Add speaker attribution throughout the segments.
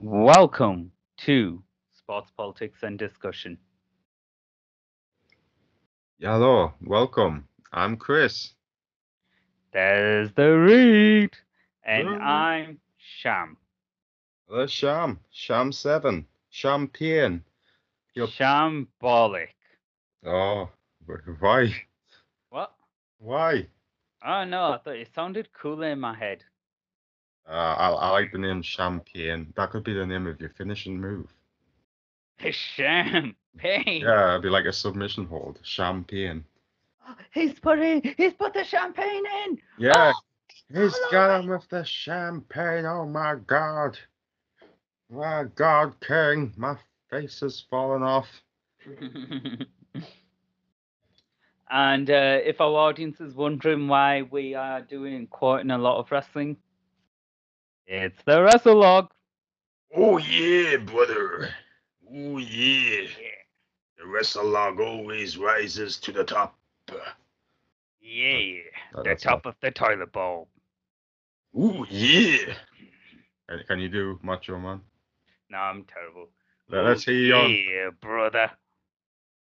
Speaker 1: Welcome to Sports Politics and Discussion.
Speaker 2: Hello, welcome. I'm Chris.
Speaker 1: There's the read, and
Speaker 2: Hello.
Speaker 1: I'm Sham.
Speaker 2: The Sham, Sham Seven, Champion. Yep.
Speaker 1: Shambolic.
Speaker 2: Oh, wh- why?
Speaker 1: What?
Speaker 2: Why?
Speaker 1: Oh no, I thought it sounded cooler in my head.
Speaker 2: Uh, I, I like the name Champion. That could be the name of your finishing move.
Speaker 1: Sham. Pain.
Speaker 2: Yeah, it'd be like a submission hold. Champion.
Speaker 1: He's putting. He's put the champagne in.
Speaker 2: Yeah.
Speaker 1: He's
Speaker 2: He's
Speaker 1: hello,
Speaker 2: got him with the champagne. Oh my god. My god, King. My face has fallen off.
Speaker 1: and uh, if our audience is wondering why we are doing quite a lot of wrestling, it's the WrestleLog.
Speaker 2: Oh yeah, brother. Oh yeah. The WrestleLog always rises to the top.
Speaker 1: Yeah,
Speaker 2: Oh,
Speaker 1: the
Speaker 2: that's
Speaker 1: top of the toilet bowl.
Speaker 2: Ooh, yeah. Can, can you do Macho Man?
Speaker 1: No, I'm terrible.
Speaker 2: Let- let's hear you
Speaker 1: yeah,
Speaker 2: on-
Speaker 1: brother.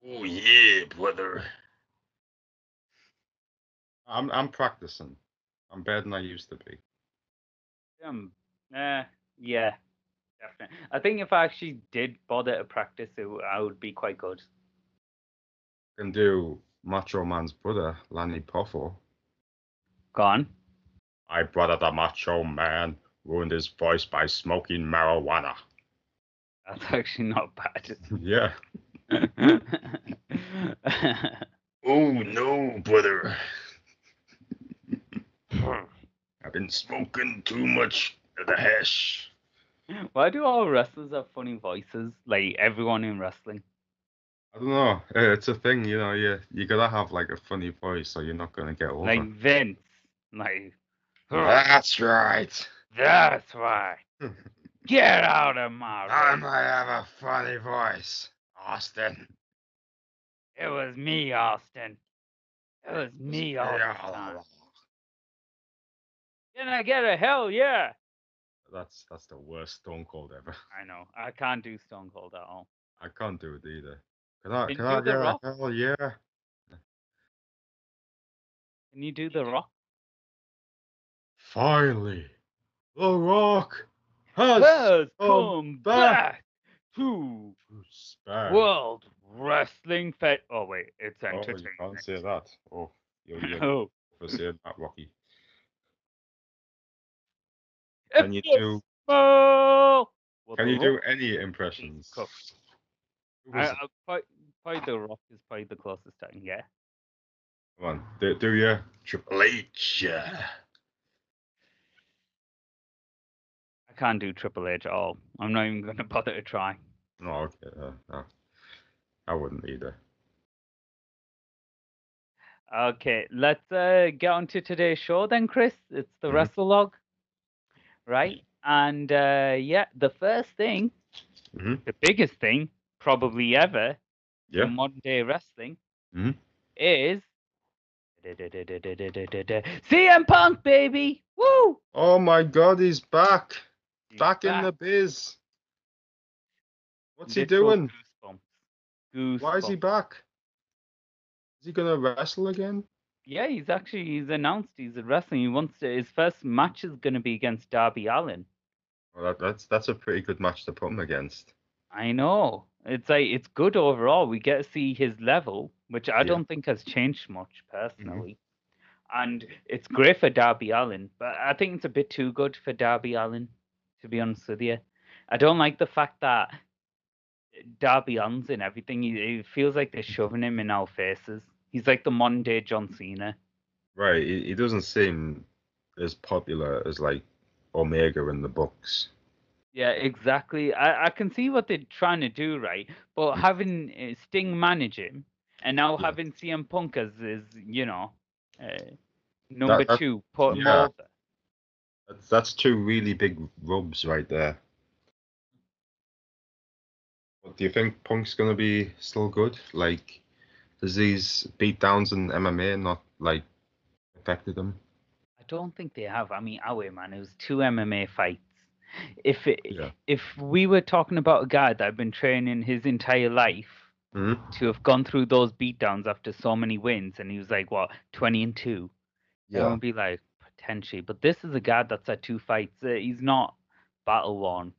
Speaker 2: Ooh, yeah, brother. I'm I'm practicing. I'm better than I used to be.
Speaker 1: Um, uh, yeah, definitely. I think if I actually did bother to practice, it, w- I would be quite good.
Speaker 2: can do Macho Man's brother, Lanny Poffo.
Speaker 1: Gone.
Speaker 2: My brother, the Macho Man, ruined his voice by smoking marijuana.
Speaker 1: That's actually not
Speaker 2: yeah.
Speaker 1: bad.
Speaker 2: Oh no, brother.
Speaker 1: Hmm.
Speaker 2: I've been smoking too much of the hash.
Speaker 1: Why do all wrestlers have funny voices? Like everyone in wrestling.
Speaker 2: I don't know. Uh, It's a thing, you know. You you gotta have like a funny voice, or you're not gonna get over.
Speaker 1: Like hmm. Vince. Like
Speaker 2: That's right.
Speaker 1: that's right. Get out of my
Speaker 2: I
Speaker 1: room.
Speaker 2: might have a funny voice, Austin.
Speaker 1: It was me, Austin. It was me all the time. Can I get a hell yeah?
Speaker 2: That's that's the worst Stone Cold ever.
Speaker 1: I know. I can't do Stone Cold at all.
Speaker 2: I can't do it either. Can I?
Speaker 1: Didn't
Speaker 2: Can I
Speaker 1: you do
Speaker 2: get
Speaker 1: The
Speaker 2: a
Speaker 1: Rock?
Speaker 2: hell yeah?
Speaker 1: Can you do The Rock?
Speaker 2: Finally, The Rock has
Speaker 1: Let's
Speaker 2: come
Speaker 1: come
Speaker 2: back.
Speaker 1: back to
Speaker 2: Respect.
Speaker 1: World Wrestling Fed. Oh wait, it's
Speaker 2: Oh, you can't
Speaker 1: entertainment.
Speaker 2: say that. Oh, you're you're
Speaker 1: Oh,
Speaker 2: for saying that, Rocky. Can
Speaker 1: it's
Speaker 2: you
Speaker 1: a
Speaker 2: do?
Speaker 1: small- Well,
Speaker 2: Can
Speaker 1: The
Speaker 2: you
Speaker 1: Rock-
Speaker 2: do any impressions?
Speaker 1: Cook.
Speaker 2: Who
Speaker 1: I,
Speaker 2: was it?
Speaker 1: I, probably, probably The Rock is probably the closest I can get.
Speaker 2: Come on, do, do your Triple H. yeah.
Speaker 1: I can't do Triple H at all. I'm not even going to bother to try.
Speaker 2: No, okay, uh, no. I wouldn't either.
Speaker 1: Okay, let's uh, get on to today's show then, Chris. It's the
Speaker 2: Mhm.
Speaker 1: Wrestle Log, right? And uh, yeah, the first thing,
Speaker 2: Mhm.
Speaker 1: the biggest thing probably ever
Speaker 2: Yeah.
Speaker 1: in modern day wrestling
Speaker 2: Mhm.
Speaker 1: is CM Punk, baby! Woo!
Speaker 2: Oh my God, he's back,
Speaker 1: He's
Speaker 2: back in the biz. What's he doing?
Speaker 1: Goosebumps. Goosebumps.
Speaker 2: Why is he back? Is he gonna wrestle again?
Speaker 1: Yeah, he's actually he's announced he's wrestling. He wants to, his first match is going to be against Darby Allen.
Speaker 2: Well, Oh, that, that's that's a pretty good match to put him against.
Speaker 1: I know. It's like it's good overall. We get to see his level, which I
Speaker 2: Yeah.
Speaker 1: don't think has changed much personally. And it's great for Darby Allen, but I think it's a bit too good for Darby Allen, to be honest with you. I don't like the fact that Darby Allen's in everything. He- It feels like they're shoving him in our faces. He's like the modern day John Cena.
Speaker 2: Right, he, he doesn't seem as popular as like Omega in the books.
Speaker 1: Yeah, exactly. I, I can see what they're trying to do, right? But having uh, Sting manage him and now
Speaker 2: Yeah.
Speaker 1: having CM Punk as is, you know, uh, number
Speaker 2: that-
Speaker 1: two, put him
Speaker 2: yeah.
Speaker 1: over.
Speaker 2: That's that's two really big rubs right there. But do you think Punk's gonna be still good? Like, does these beatdowns in MMA not like affected him?
Speaker 1: I don't think they have. I mean, away man, it was two MMA fights. If it,
Speaker 2: Yeah.
Speaker 1: if we were talking about a guy that had been training his entire life
Speaker 2: Mhm.
Speaker 1: to have gone through those beatdowns after so many wins, and he was like what twenty and two, yeah.
Speaker 2: Yeah.
Speaker 1: would be like potentially. But this is a guy that's had two fights. Uh, he's not battle worn.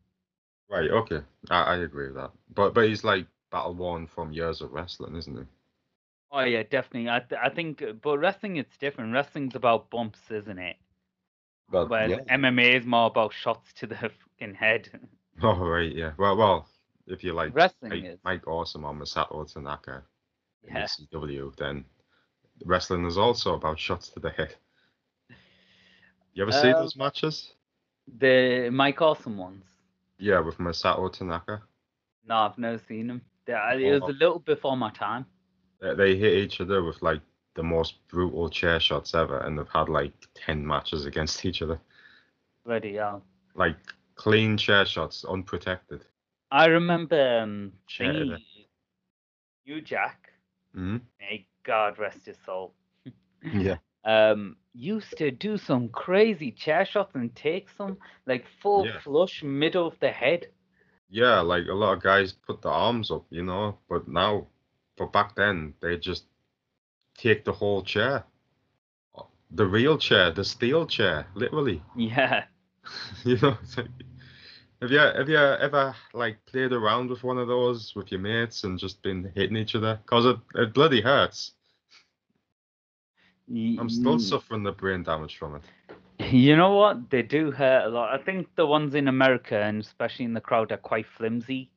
Speaker 2: Right. Okay. I, I agree with that. But but he's like battle worn from years of wrestling, isn't he?
Speaker 1: Oh yeah, definitely. I th- I think, uh, but wrestling it's different. Wrestling's about bumps, isn't it?
Speaker 2: Well,
Speaker 1: Whereas
Speaker 2: yeah.
Speaker 1: MMA is more about shots to the fucking head.
Speaker 2: Oh right. Yeah. Well well, if you like
Speaker 1: wrestling
Speaker 2: like
Speaker 1: is.
Speaker 2: Mike Awesome or Masato Tanaka in
Speaker 1: Yeah.
Speaker 2: ECW, then wrestling is also about shots to the head. You ever see
Speaker 1: Um,
Speaker 2: those matches?
Speaker 1: The Mike Awesome ones.
Speaker 2: Yeah, with Masato Tanaka.
Speaker 1: No, I've never seen them. They- I- It was
Speaker 2: Oh.
Speaker 1: a little before my time.
Speaker 2: They, they hit each other with like the most brutal chair shots ever, and they've had like ten matches against each other,
Speaker 1: Bloody hell.
Speaker 2: like clean chair shots, unprotected.
Speaker 1: I remember um,
Speaker 2: Shit.
Speaker 1: thingy, you Jack.
Speaker 2: hmm
Speaker 1: May God rest his soul.
Speaker 2: Yeah.
Speaker 1: Um, used to do some crazy chair shots and take some like full
Speaker 2: Yeah.
Speaker 1: flush middle of the head.
Speaker 2: Yeah, like a lot of guys put their arms up, you know, but now, but back then they just take the whole chair, Uh, the real chair, the steel chair, literally.
Speaker 1: Yeah.
Speaker 2: you know, it's like, have you have you ever like played around with one of those with your mates and just been hitting each other? Cause it, it bloody hurts. I'm still
Speaker 1: so.
Speaker 2: suffering the brain damage from it.
Speaker 1: mm. You know what? They do hurt a lot. I think the ones in America and especially in the crowd are quite flimsy.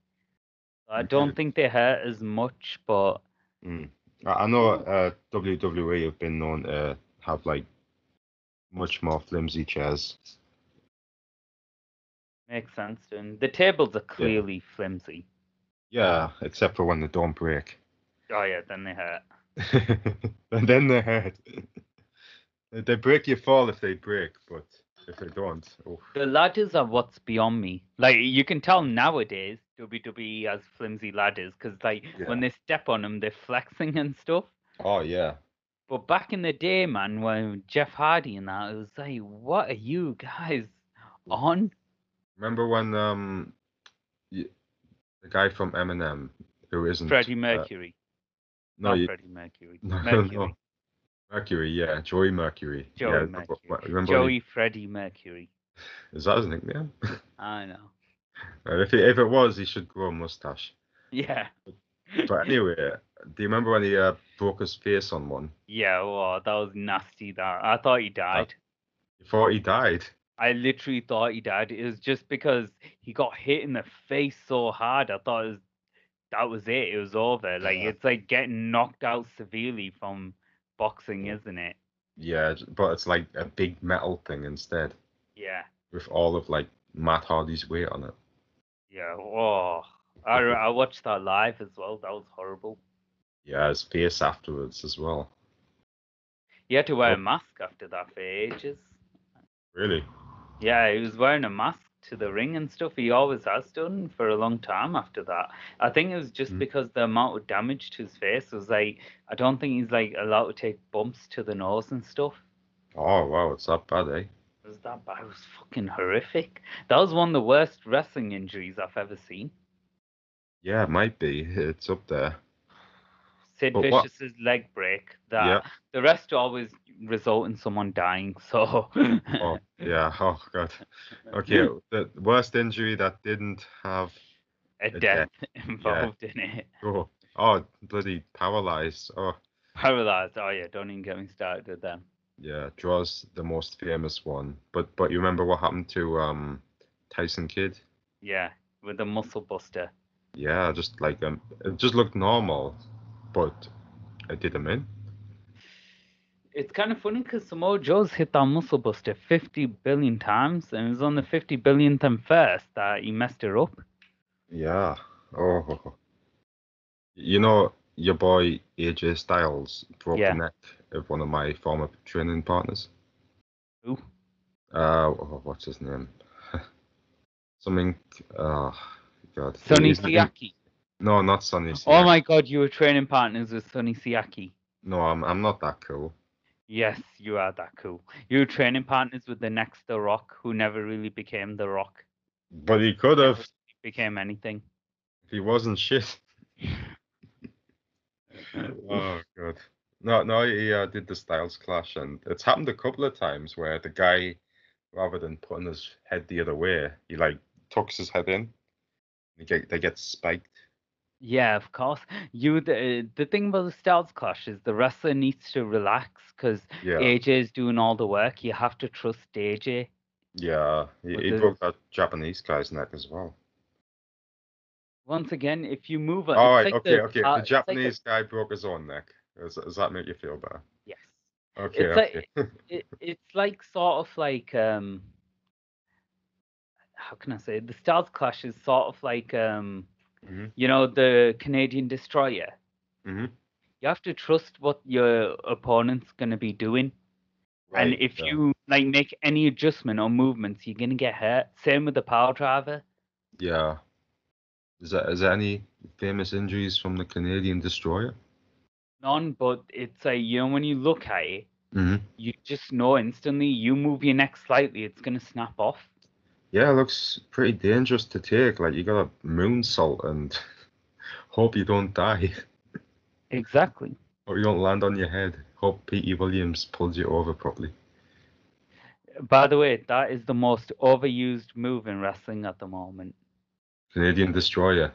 Speaker 1: I don't
Speaker 2: Mhm.
Speaker 1: think they hurt as much, but
Speaker 2: I I know uh, WWE have been known to have like much more flimsy chairs.
Speaker 1: makes sense to 'em. The tables are clearly flimsy.
Speaker 2: Yeah, except for when they don't break.
Speaker 1: Oh yeah, then they hurt.
Speaker 2: and then they hurt. they break your fall if they break, but if they don't, oh.
Speaker 1: The ladders are what's beyond me. Like you can tell nowadays, WWE has flimsy ladders because like when they step on them, they're flexing and stuff.
Speaker 2: Oh yeah.
Speaker 1: But back in the day, man, when Jeff Hardy and that, it was like, what are you guys on?
Speaker 2: Remember when um y- the guy from Eminem who isn't
Speaker 1: Freddie
Speaker 2: uh,
Speaker 1: Mercury.
Speaker 2: no,
Speaker 1: Not
Speaker 2: you,
Speaker 1: Freddie Mercury.
Speaker 2: no,
Speaker 1: Mercury.
Speaker 2: no, Mercury, yeah, Joey Mercury.
Speaker 1: Joey
Speaker 2: yeah, remember-
Speaker 1: Mercury.
Speaker 2: remember when
Speaker 1: Joey
Speaker 2: he-
Speaker 1: Freddie Mercury.
Speaker 2: is that his nickname?
Speaker 1: I know.
Speaker 2: Uh, if, it, if it was, he should grow a mustache.
Speaker 1: Yeah.
Speaker 2: But anyway, do you remember when he uh, broke his face on one?
Speaker 1: Yeah, well, that was nasty. That I thought he died.
Speaker 2: He thought he died.
Speaker 1: I literally thought he died. It was just because he got hit in the face so hard. I thought it was, that was it. It was over. Like
Speaker 2: Yeah.
Speaker 1: it's like getting knocked out severely from boxing, isn't it?
Speaker 2: Yeah, j- but it's like a big metal thing instead,
Speaker 1: Yeah.
Speaker 2: with all of like Matt Hardy's weight on it.
Speaker 1: Yeah. Oh, I re- I watched that live as well. That was horrible.
Speaker 2: Yeah, his face afterwards as well.
Speaker 1: He had to wear a
Speaker 2: Oh.
Speaker 1: mask after that for ages.
Speaker 2: Really?
Speaker 1: Yeah, he was wearing a mask to the ring and stuff. He always has done for a long time after that. I think it was just
Speaker 2: Mhm.
Speaker 1: because the amount of damage to his face was like I don't think he's like allowed to take bumps to the nose and stuff.
Speaker 2: Oh wow, it's that bad, eh?
Speaker 1: It was that bad? It was fucking horrific. That was one of the worst wrestling injuries I've ever seen.
Speaker 2: Yeah, it might be. It's up there.
Speaker 1: Sid
Speaker 2: But what-
Speaker 1: Vicious's leg break. That
Speaker 2: Yeah.
Speaker 1: the rest always result in someone dying. So
Speaker 2: Oh yeah. Oh god. Okay. The worst injury that didn't have
Speaker 1: a
Speaker 2: death.
Speaker 1: death involved in it.
Speaker 2: oh, oh bloody paralyzed. Oh
Speaker 1: Paralyzed. Oh yeah, don't even get me started with them.
Speaker 2: yeah, draws the most famous one. But but you remember what happened to um Tyson Kidd?
Speaker 1: Yeah, with the muscle buster.
Speaker 2: Yeah, just like um, it just looked normal, but it did him in.
Speaker 1: It's kind of funny because Samoa Joe's hit that muscle buster 50 billion times, and it was on the 50 billionth and first that he messed her up.
Speaker 2: Yeah. Oh. You know, your boy AJ Styles broke
Speaker 1: Yeah.
Speaker 2: the neck of one of my former training partners.
Speaker 1: Who?
Speaker 2: Uh, oh, what's his name? Something. Oh, God.
Speaker 1: Sonny
Speaker 2: He's like a-
Speaker 1: Siaki.
Speaker 2: No, not Sonny
Speaker 1: Oh
Speaker 2: Siak.
Speaker 1: my god, you were training partners with Sonny Siaki.
Speaker 2: No, I'm I'm not that cool.
Speaker 1: Yes, you are that cool. You were training partners with the next The Rock, who never really became The Rock.
Speaker 2: But he could have if
Speaker 1: became anything.
Speaker 2: he wasn't shit. oh god. No, no, he uh, did the Styles Clash, and it's happened a couple of times where the guy, rather than putting his head the other way, he like tucks his head in. They get they get spiked.
Speaker 1: Yeah, of course. You the, the thing about the Styles Clash is the wrestler needs to relax because
Speaker 2: Yeah,
Speaker 1: AJ's doing all the work. You have to trust AJ.
Speaker 2: yeah. He,
Speaker 1: But
Speaker 2: he
Speaker 1: the-
Speaker 2: broke that Japanese guy's neck as well.
Speaker 1: Once again, if you move on,
Speaker 2: All
Speaker 1: it's
Speaker 2: right,
Speaker 1: like
Speaker 2: okay, okay.
Speaker 1: uh,
Speaker 2: The
Speaker 1: it's like the-
Speaker 2: Japanese guy broke his own neck. Does, does that make you feel better?
Speaker 1: yes,
Speaker 2: Okay,
Speaker 1: It's like-
Speaker 2: okay.
Speaker 1: it, it's like sort of like um, how can I say? it? The Styles Clash is sort of like um,
Speaker 2: Mhm.
Speaker 1: you know, the Canadian Destroyer.
Speaker 2: Mhm.
Speaker 1: You have to trust what your opponent's gonna be doing. and
Speaker 2: Right,
Speaker 1: if
Speaker 2: yeah.
Speaker 1: you like make any adjustment or movements, you're gonna get hurt. Same with the power driver.
Speaker 2: yeah, is there is there any famous injuries from the Canadian destroyer?
Speaker 1: None, but it's like you know when you look at it,
Speaker 2: Mm-hmm.
Speaker 1: you just know instantly. You move your neck slightly, it's gonna snap off.
Speaker 2: Yeah, it looks pretty dangerous to take. Like you got a moonsault and hope you don't die
Speaker 1: Exactly.
Speaker 2: or you don't land on your head. Hope Petey Williams pulls you over properly.
Speaker 1: By the way, that is the most overused move in wrestling at the moment,
Speaker 2: Canadian destroyer.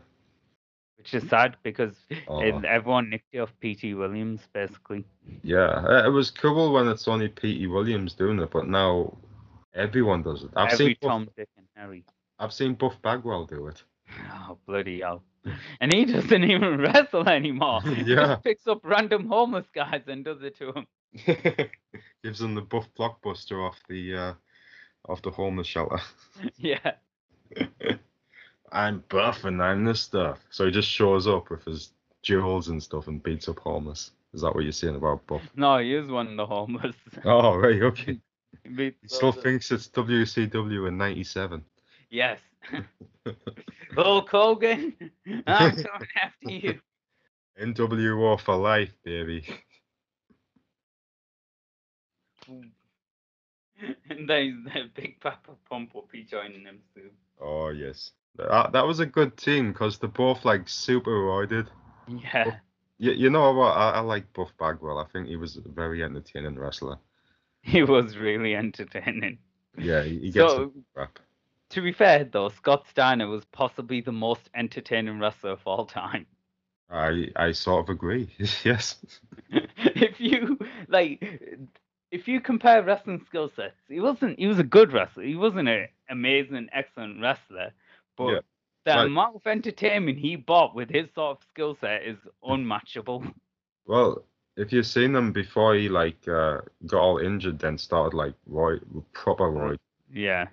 Speaker 1: which is sad because
Speaker 2: Oh.
Speaker 1: it- everyone nicked it off PT Williams basically.
Speaker 2: Yeah, uh, it was cool when it's only Petey Williams doing it, but now everyone does it. I've
Speaker 1: Every
Speaker 2: seen Buff,
Speaker 1: Tom, Dick, and Harry.
Speaker 2: I've seen Buff Bagwell do it.
Speaker 1: Oh bloody hell! And he doesn't even wrestle anymore. He
Speaker 2: Yeah.
Speaker 1: Just picks up random homeless guys and does it to him.
Speaker 2: Gives them the Buff Blockbuster off the uh, off the homeless shelter.
Speaker 1: Yeah.
Speaker 2: I'm buff and I'm this stuff. So he just shows up with his jewels and stuff and beats up homeless. Is that what you're saying about Buff?
Speaker 1: No, he is one of the homeless.
Speaker 2: Oh, right, okay.
Speaker 1: He beats
Speaker 2: He still
Speaker 1: those up.
Speaker 2: thinks it's WCW in '97.
Speaker 1: Yes. Hulk Hogan, I'm coming after you.
Speaker 2: NWO for life, baby.
Speaker 1: And there's the big Papa Pump will be joining him soon.
Speaker 2: Oh yes, that, that was a good team because they're both like super roided. Oh.
Speaker 1: Yeah.
Speaker 2: You, you know what? I, I like Buff Bagwell. I think he was a very entertaining wrestler.
Speaker 1: He was really entertaining.
Speaker 2: Yeah, he, he gets the
Speaker 1: So,
Speaker 2: rap.
Speaker 1: to be fair though, Scott Steiner was possibly the most entertaining wrestler of all time.
Speaker 2: I I sort of agree. yes.
Speaker 1: if you like if you compare wrestling skill sets he wasn't he was a good wrestler he wasn't an amazing excellent wrestler but
Speaker 2: Yeah,
Speaker 1: the
Speaker 2: right.
Speaker 1: amount of entertainment he bought with his sort of skill set is unmatchable
Speaker 2: Well, if you've seen him before he like uh, got all injured, then started like Roy, proper Roy.
Speaker 1: yeah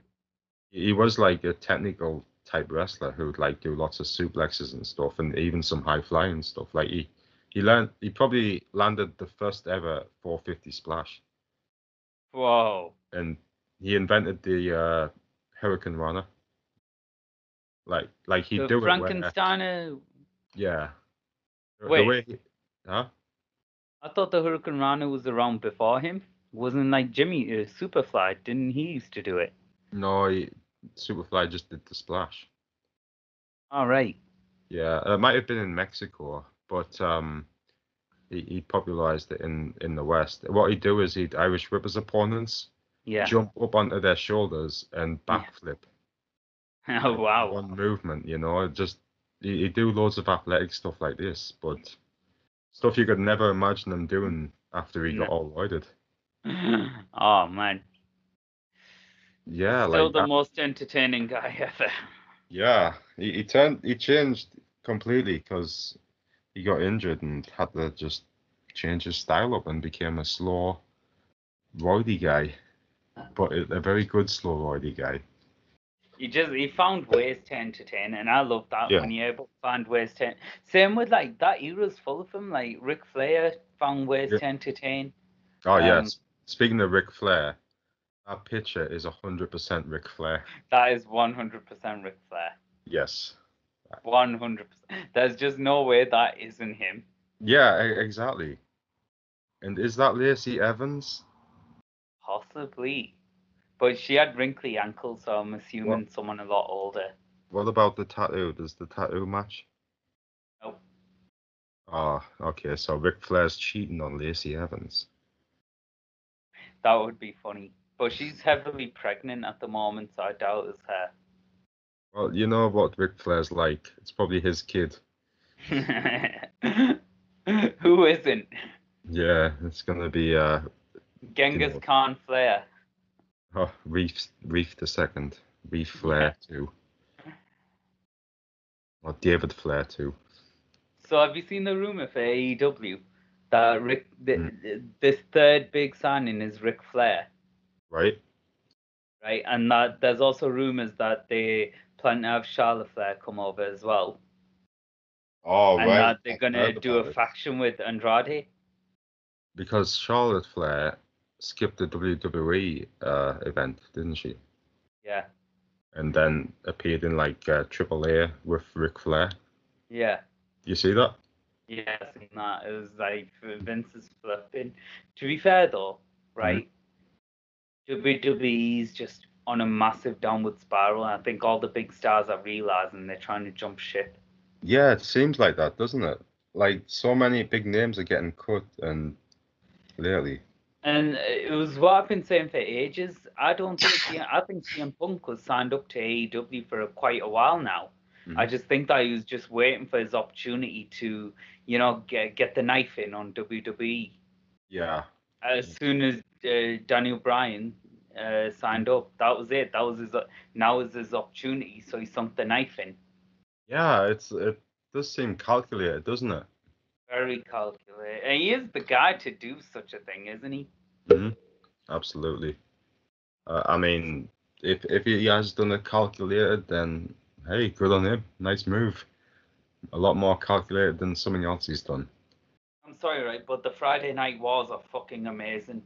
Speaker 2: He was like a technical type wrestler who would like do lots of suplexes and stuff, and even some high flying stuff. Like he he learned he probably landed the first ever 450 splash,
Speaker 1: whoa
Speaker 2: and he invented the uh, Hurricane Runner. Like like he
Speaker 1: the
Speaker 2: do it. where-
Speaker 1: frankensteiner
Speaker 2: yeah. The- The
Speaker 1: Wait.
Speaker 2: way he, huh?
Speaker 1: i thought the hurricane rana was around before him wasn't like jimmy uh, superfly didn't he used to do it
Speaker 2: No, he, Superfly just did the splash.
Speaker 1: all right
Speaker 2: Yeah, it might have been in Mexico, but um, he, he popularized it in, in the West. What he'd do is he'd Irish whip his opponents,
Speaker 1: yeah
Speaker 2: jump up onto their shoulders, and
Speaker 1: Yeah.
Speaker 2: backflip.
Speaker 1: oh wow
Speaker 2: One movement, you know. it Just he, he'd do loads of athletic stuff like this, but stuff you could never imagine him doing after he got
Speaker 1: No.
Speaker 2: all roided.
Speaker 1: oh man
Speaker 2: Yeah,
Speaker 1: Still
Speaker 2: like
Speaker 1: the
Speaker 2: that-
Speaker 1: most entertaining guy ever.
Speaker 2: yeah, he, he turned he changed completely because he got injured and had to just change his style up and became a slow, roidy guy, but a a very good slow roidy guy.
Speaker 1: He just he found ways to entertain, and I love that
Speaker 2: Yeah.
Speaker 1: when you're able to find ways to. Same with like that era's full of them. Like Ric Flair found ways
Speaker 2: Yeah.
Speaker 1: to entertain.
Speaker 2: Oh yeah.
Speaker 1: Um,
Speaker 2: s- Speaking of Ric Flair, that picture is hundred percent Ric Flair.
Speaker 1: That is 100% Ric Flair.
Speaker 2: Yes.
Speaker 1: 100%. There's just no way that isn't him.
Speaker 2: Yeah, e- exactly. And is that Lacey Evans?
Speaker 1: Possibly. But she had wrinkly ankles, so I'm assuming someone a lot older.
Speaker 2: What about the tattoo? Does the tattoo match?
Speaker 1: Nope.
Speaker 2: Ah, okay. So Ric Flair's cheating on Lacey Evans.
Speaker 1: That would be funny. But she's heavily pregnant at the moment, so I doubt it's
Speaker 2: Well, you know what Ric Flair's like. It's probably his kid.
Speaker 1: her. Who isn't?
Speaker 2: Yeah, it's gonna be uh
Speaker 1: Genghis
Speaker 2: Gimel.
Speaker 1: Khan Flair.
Speaker 2: oh, Reef Reef the second, Reef Flair two, or David Flair two.
Speaker 1: So have you seen the rumor for AEW that Rick, th- th- this third big signing is Ric Flair,
Speaker 2: Right?
Speaker 1: right? And that there's also rumors that they plan to have Charlotte Flair come over as well,
Speaker 2: Oh,
Speaker 1: and that they're gonna do a faction with Andrade.
Speaker 2: because Charlotte Flair skipped the WWE uh, event, didn't she?
Speaker 1: Yeah,
Speaker 2: And then appeared in like uh, AAA with Ric Flair.
Speaker 1: yeah.
Speaker 2: You see that?
Speaker 1: Yes, and that is like Vince is flipping. To be fair though, right? WWE's just on a massive downward spiral, and I think all the big stars are realizing they're trying to jump ship.
Speaker 2: Yeah, it seems like that, doesn't it? Like so many big names are getting cut, and lately,
Speaker 1: And it was what I've been saying for ages. I don't think CM, I think CM Punk was signed up to AEW for quite a while now. I just think that he was just waiting for his opportunity to, you know, get get the knife in on E. WWE.
Speaker 2: yeah,
Speaker 1: as soon as uh, Daniel Bryan uh, signed up, that was it. That was his. uh, now is his opportunity. So he sunk the knife in.
Speaker 2: yeah, it's it does seem calculated, doesn't it?
Speaker 1: Very calculated. And he is the guy to do such a thing, isn't he?
Speaker 2: Mm-hmm. Absolutely. Uh, I mean, if if he has done it calculated, then hey, good on him. Nice move. A lot more calculated than something else he's done.
Speaker 1: I'm sorry, right? But the Friday night wars are fucking amazing.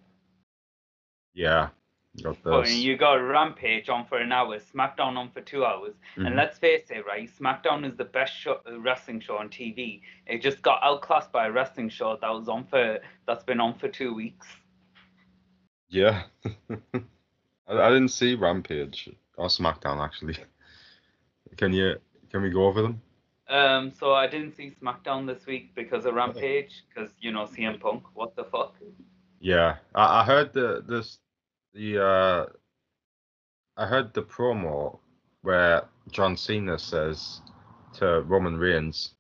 Speaker 2: Yeah, got
Speaker 1: But
Speaker 2: those.
Speaker 1: you got Rampage on for an hour, SmackDown on for two hours,
Speaker 2: Mhm.
Speaker 1: and let's face it, right? SmackDown is the best show, uh, wrestling show on TV. It just got outclassed by a wrestling show that was on for that's been on for two weeks.
Speaker 2: Yeah. I, I didn't see Rampage or SmackDown actually. Can you can we go over them?
Speaker 1: Um, so I didn't see SmackDown this week because of Rampage, because you know CM Punk. What the fuck?
Speaker 2: Yeah, I, I heard the this the uh I heard the promo where John Cena says to Roman Reigns,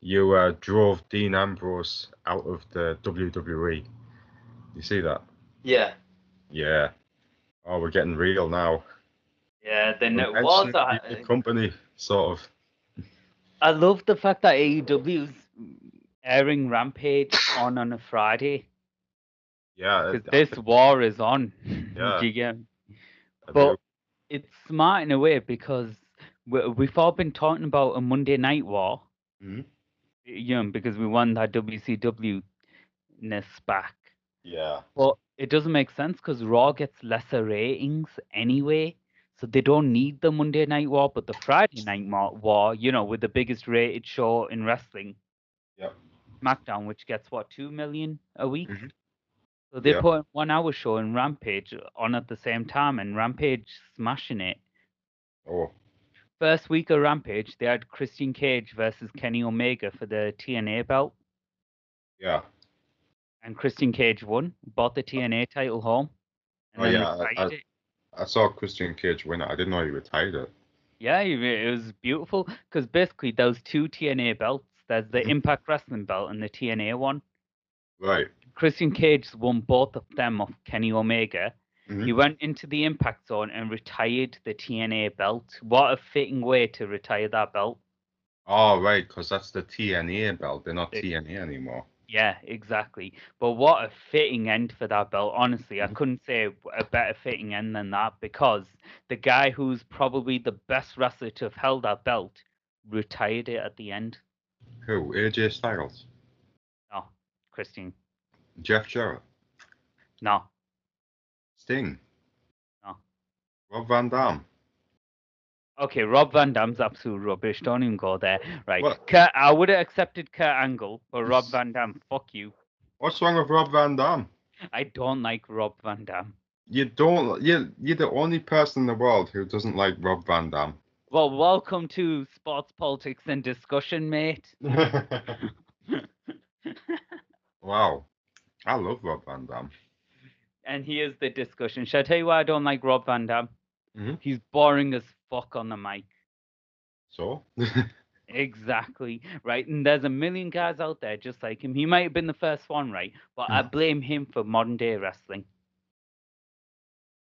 Speaker 2: "You uh, drove Dean Ambrose out of the WWE." You see that?
Speaker 1: Yeah,
Speaker 2: Yeah. Oh, we're getting real now.
Speaker 1: yeah. Then it
Speaker 2: We're
Speaker 1: was. uh,
Speaker 2: mentioning
Speaker 1: A,
Speaker 2: the company sort of.
Speaker 1: I love the fact that AEW's airing Rampage on on a Friday
Speaker 2: Yeah.
Speaker 1: because
Speaker 2: I- I
Speaker 1: this
Speaker 2: think-
Speaker 1: war is on.
Speaker 2: Yeah.
Speaker 1: Do you get me?
Speaker 2: I
Speaker 1: but-
Speaker 2: do.
Speaker 1: It's smart in a way because we, we've all been talking about a Monday Night War,
Speaker 2: Mhm.
Speaker 1: you know, because we want that WCW ness back.
Speaker 2: yeah.
Speaker 1: Well, it doesn't make sense because Raw gets lesser ratings anyway, so they don't need the Monday Night War, but the Friday Night Mar- War, you know, with the biggest rated show in wrestling,
Speaker 2: Yep.
Speaker 1: SmackDown, which gets what two million a week.
Speaker 2: Mhm.
Speaker 1: So they
Speaker 2: Yeah.
Speaker 1: put one hour show in Rampage on at the same time, and Rampage smashing it.
Speaker 2: Oh.
Speaker 1: First week of Rampage, they had Christian Cage versus Kenny Omega for the TNA belt,
Speaker 2: Yeah.
Speaker 1: and Christian Cage won, bought the TNA title home.
Speaker 2: Oh,
Speaker 1: then
Speaker 2: yeah, I-
Speaker 1: retired
Speaker 2: I-
Speaker 1: it.
Speaker 2: I saw Christian Cage win it. I didn't know he retired it.
Speaker 1: Yeah, it wa- it was beautiful because basically those two TNA belts. There's the
Speaker 2: Mhm.
Speaker 1: Impact Wrestling belt and the TNA one.
Speaker 2: Right.
Speaker 1: Christian Cage won both of them off Kenny Omega. He
Speaker 2: Mhm.
Speaker 1: went into the Impact Zone and retired the TNA belt. What a fitting way to retire that belt.
Speaker 2: Oh, right, because that's the TNA belt. They're not
Speaker 1: It-
Speaker 2: TNA anymore.
Speaker 1: Yeah, exactly. But what a fitting end for that belt. Honestly, I
Speaker 2: Mhm.
Speaker 1: couldn't say a better fitting end than that because the guy who's probably the best wrestler to have held that belt retired it at the end.
Speaker 2: Who? AJ Styles?
Speaker 1: Oh, Christian.
Speaker 2: Jeff Jarrett?
Speaker 1: No,
Speaker 2: Sting?
Speaker 1: No.
Speaker 2: Rob Van Dam?
Speaker 1: Okay, Rob Van Dam's absolute rubbish. Don't even go there. Right.
Speaker 2: What?
Speaker 1: Kurt, I would have accepted Kurt Angle, but Rob Van Dam, fuck you.
Speaker 2: What's wrong with Rob Van Dam?
Speaker 1: I don't like Rob Van Dam.
Speaker 2: you don't. You you're the only person in the world who doesn't like Rob Van Dam.
Speaker 1: Well, welcome to sports, politics, and discussion, mate.
Speaker 2: wow, I love Rob Van Dam.
Speaker 1: And here's the discussion. Shall I tell you why I don't like Rob Van Dam?
Speaker 2: Mhm.
Speaker 1: He's boring as fuck on the mic.
Speaker 2: So
Speaker 1: Exactly. Right. And there's a million guys out there just like him. He might have been the first one, right? But I
Speaker 2: Hmm.
Speaker 1: blame him for modern day wrestling.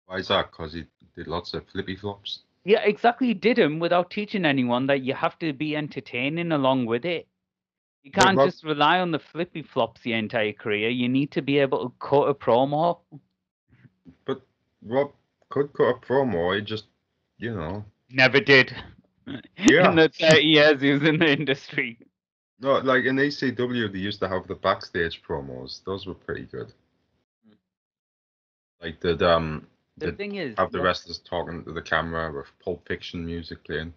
Speaker 2: why is that? Because he did lots of flippy flops.
Speaker 1: Yeah, exactly. He did him without teaching anyone that you have to be entertaining along with it. You
Speaker 2: But
Speaker 1: can't
Speaker 2: Rob-
Speaker 1: just rely on the flippy flops your entire career. You need to be able to cut a promo.
Speaker 2: Rob could cut a promo. He just, you know,
Speaker 1: Never did.
Speaker 2: Yeah.
Speaker 1: in the 30 years he was in the industry.
Speaker 2: no, like in ECW they used to have the backstage promos. Those were pretty good. Like the um
Speaker 1: The
Speaker 2: Did
Speaker 1: thing is,
Speaker 2: have the
Speaker 1: yeah,
Speaker 2: wrestlers talking to the camera with Pulp Fiction music playing.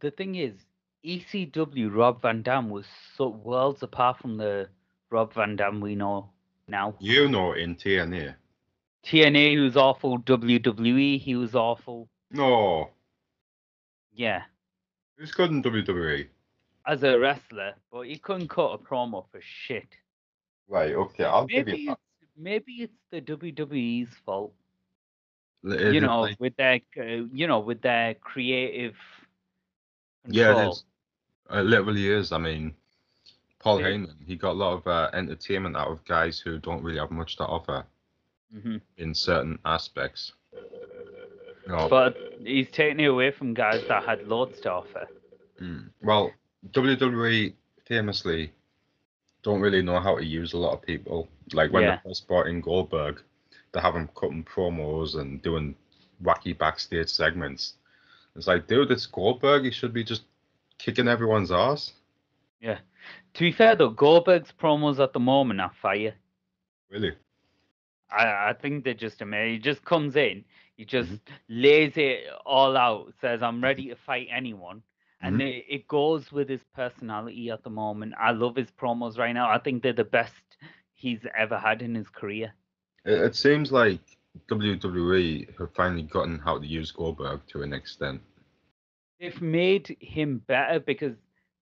Speaker 1: the thing is, ECW Rob Van Dam was so worlds apart from the Rob Van Dam we know now.
Speaker 2: You know, in TNA.
Speaker 1: TNA, he was awful. WWE, he was awful.
Speaker 2: No,
Speaker 1: Yeah,
Speaker 2: who's good in E. WWE?
Speaker 1: as a wrestler, but he couldn't cut a promo for shit.
Speaker 2: Right, okay, I'll give
Speaker 1: Maybe
Speaker 2: you
Speaker 1: it's, maybe it's the WWE's fault.
Speaker 2: that.
Speaker 1: you
Speaker 2: It-
Speaker 1: know,
Speaker 2: like-
Speaker 1: with their uh, you know with their creative.
Speaker 2: yeah, it
Speaker 1: control.
Speaker 2: is. It literally is. I mean, Paul
Speaker 1: Maybe-
Speaker 2: Heyman, he got a lot of uh, entertainment out of guys who don't really have much to offer
Speaker 1: Mhm.
Speaker 2: in certain aspects. No,
Speaker 1: But he's taking it away from guys that had loads to offer.
Speaker 2: mm. well, WWE famously don't really know how to use a lot of people. Like when
Speaker 1: Yeah.
Speaker 2: they first brought in Goldberg, they have him cutting promos and doing wacky backstage segments. It's like, dude, it's Goldberg. He should be just kicking everyone's ass.
Speaker 1: To be fair though, Goldberg's promos at the moment are fire.
Speaker 2: Really?
Speaker 1: I, I think they're just amazing. He just comes in, he just lays it all out, says, I'm ready to fight anyone. And it, it goes with his personality at the moment. I love his promos right now. I think they're the best he's ever had in his career.
Speaker 2: It, it seems like WWE have finally gotten how to use Goldberg to an extent.
Speaker 1: They've made him better because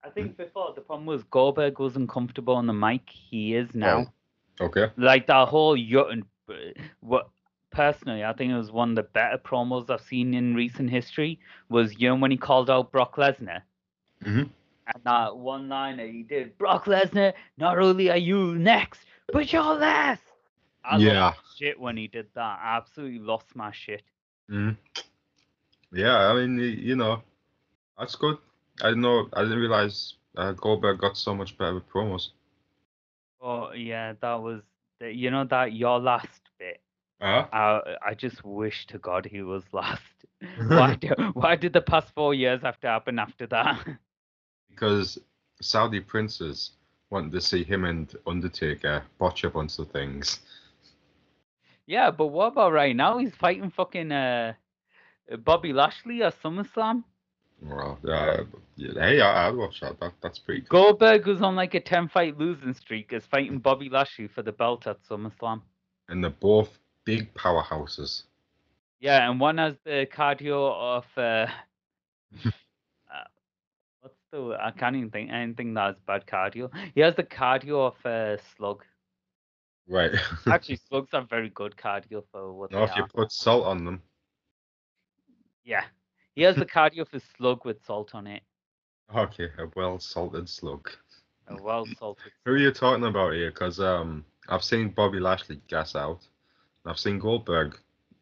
Speaker 1: I think before the problem was Goldberg wasn't comfortable on the mic. He is now.
Speaker 2: Okay.
Speaker 1: like that whole yo- uh, what personally i think it was one of the better promos i've seen in recent history was you know when he called out brock lesnar
Speaker 2: Mhm.
Speaker 1: and that one liner he did brock lesnar not only are you next but you're last i lost
Speaker 2: yeah.
Speaker 1: my shit when he did that i absolutely lost my shit
Speaker 2: Mm. Mm-hmm. Yeah, I mean, y- you know, that's good. I didn't know, I didn't realize uh, Goldberg got so much better with promos.
Speaker 1: oh yeah that was the, you know that your last bit
Speaker 2: Uh-huh.
Speaker 1: i i just wish to god he was last why, do, why did the past four years have to happen after that
Speaker 2: Because Saudi princes wanted to see him and Undertaker botch a bunch of things.
Speaker 1: Yeah, but what about right now? He's fighting fucking uh, Bobby Lashley at SummerSlam.
Speaker 2: Well, uh, yeah, hey, I, I'd watch that. that. That's pretty cool.
Speaker 1: Goldberg was on like a 10 fight losing streak, is fighting Bobby Lashley for the belt at SummerSlam.
Speaker 2: And they're both big powerhouses.
Speaker 1: Yeah, and one has the cardio of. Uh, uh, what's the. I can't even think anything that has bad cardio. He has the cardio of uh, Slug.
Speaker 2: Right.
Speaker 1: Actually, Slugs are very good cardio for what
Speaker 2: now,
Speaker 1: they
Speaker 2: if
Speaker 1: are.
Speaker 2: you put salt on them,
Speaker 1: Yeah. He has the cardio for Slug with salt on it.
Speaker 2: okay, a well salted slug.
Speaker 1: A well salted.
Speaker 2: Who are you talking about here? Because um, I've seen Bobby Lashley gas out. and I've seen Goldberg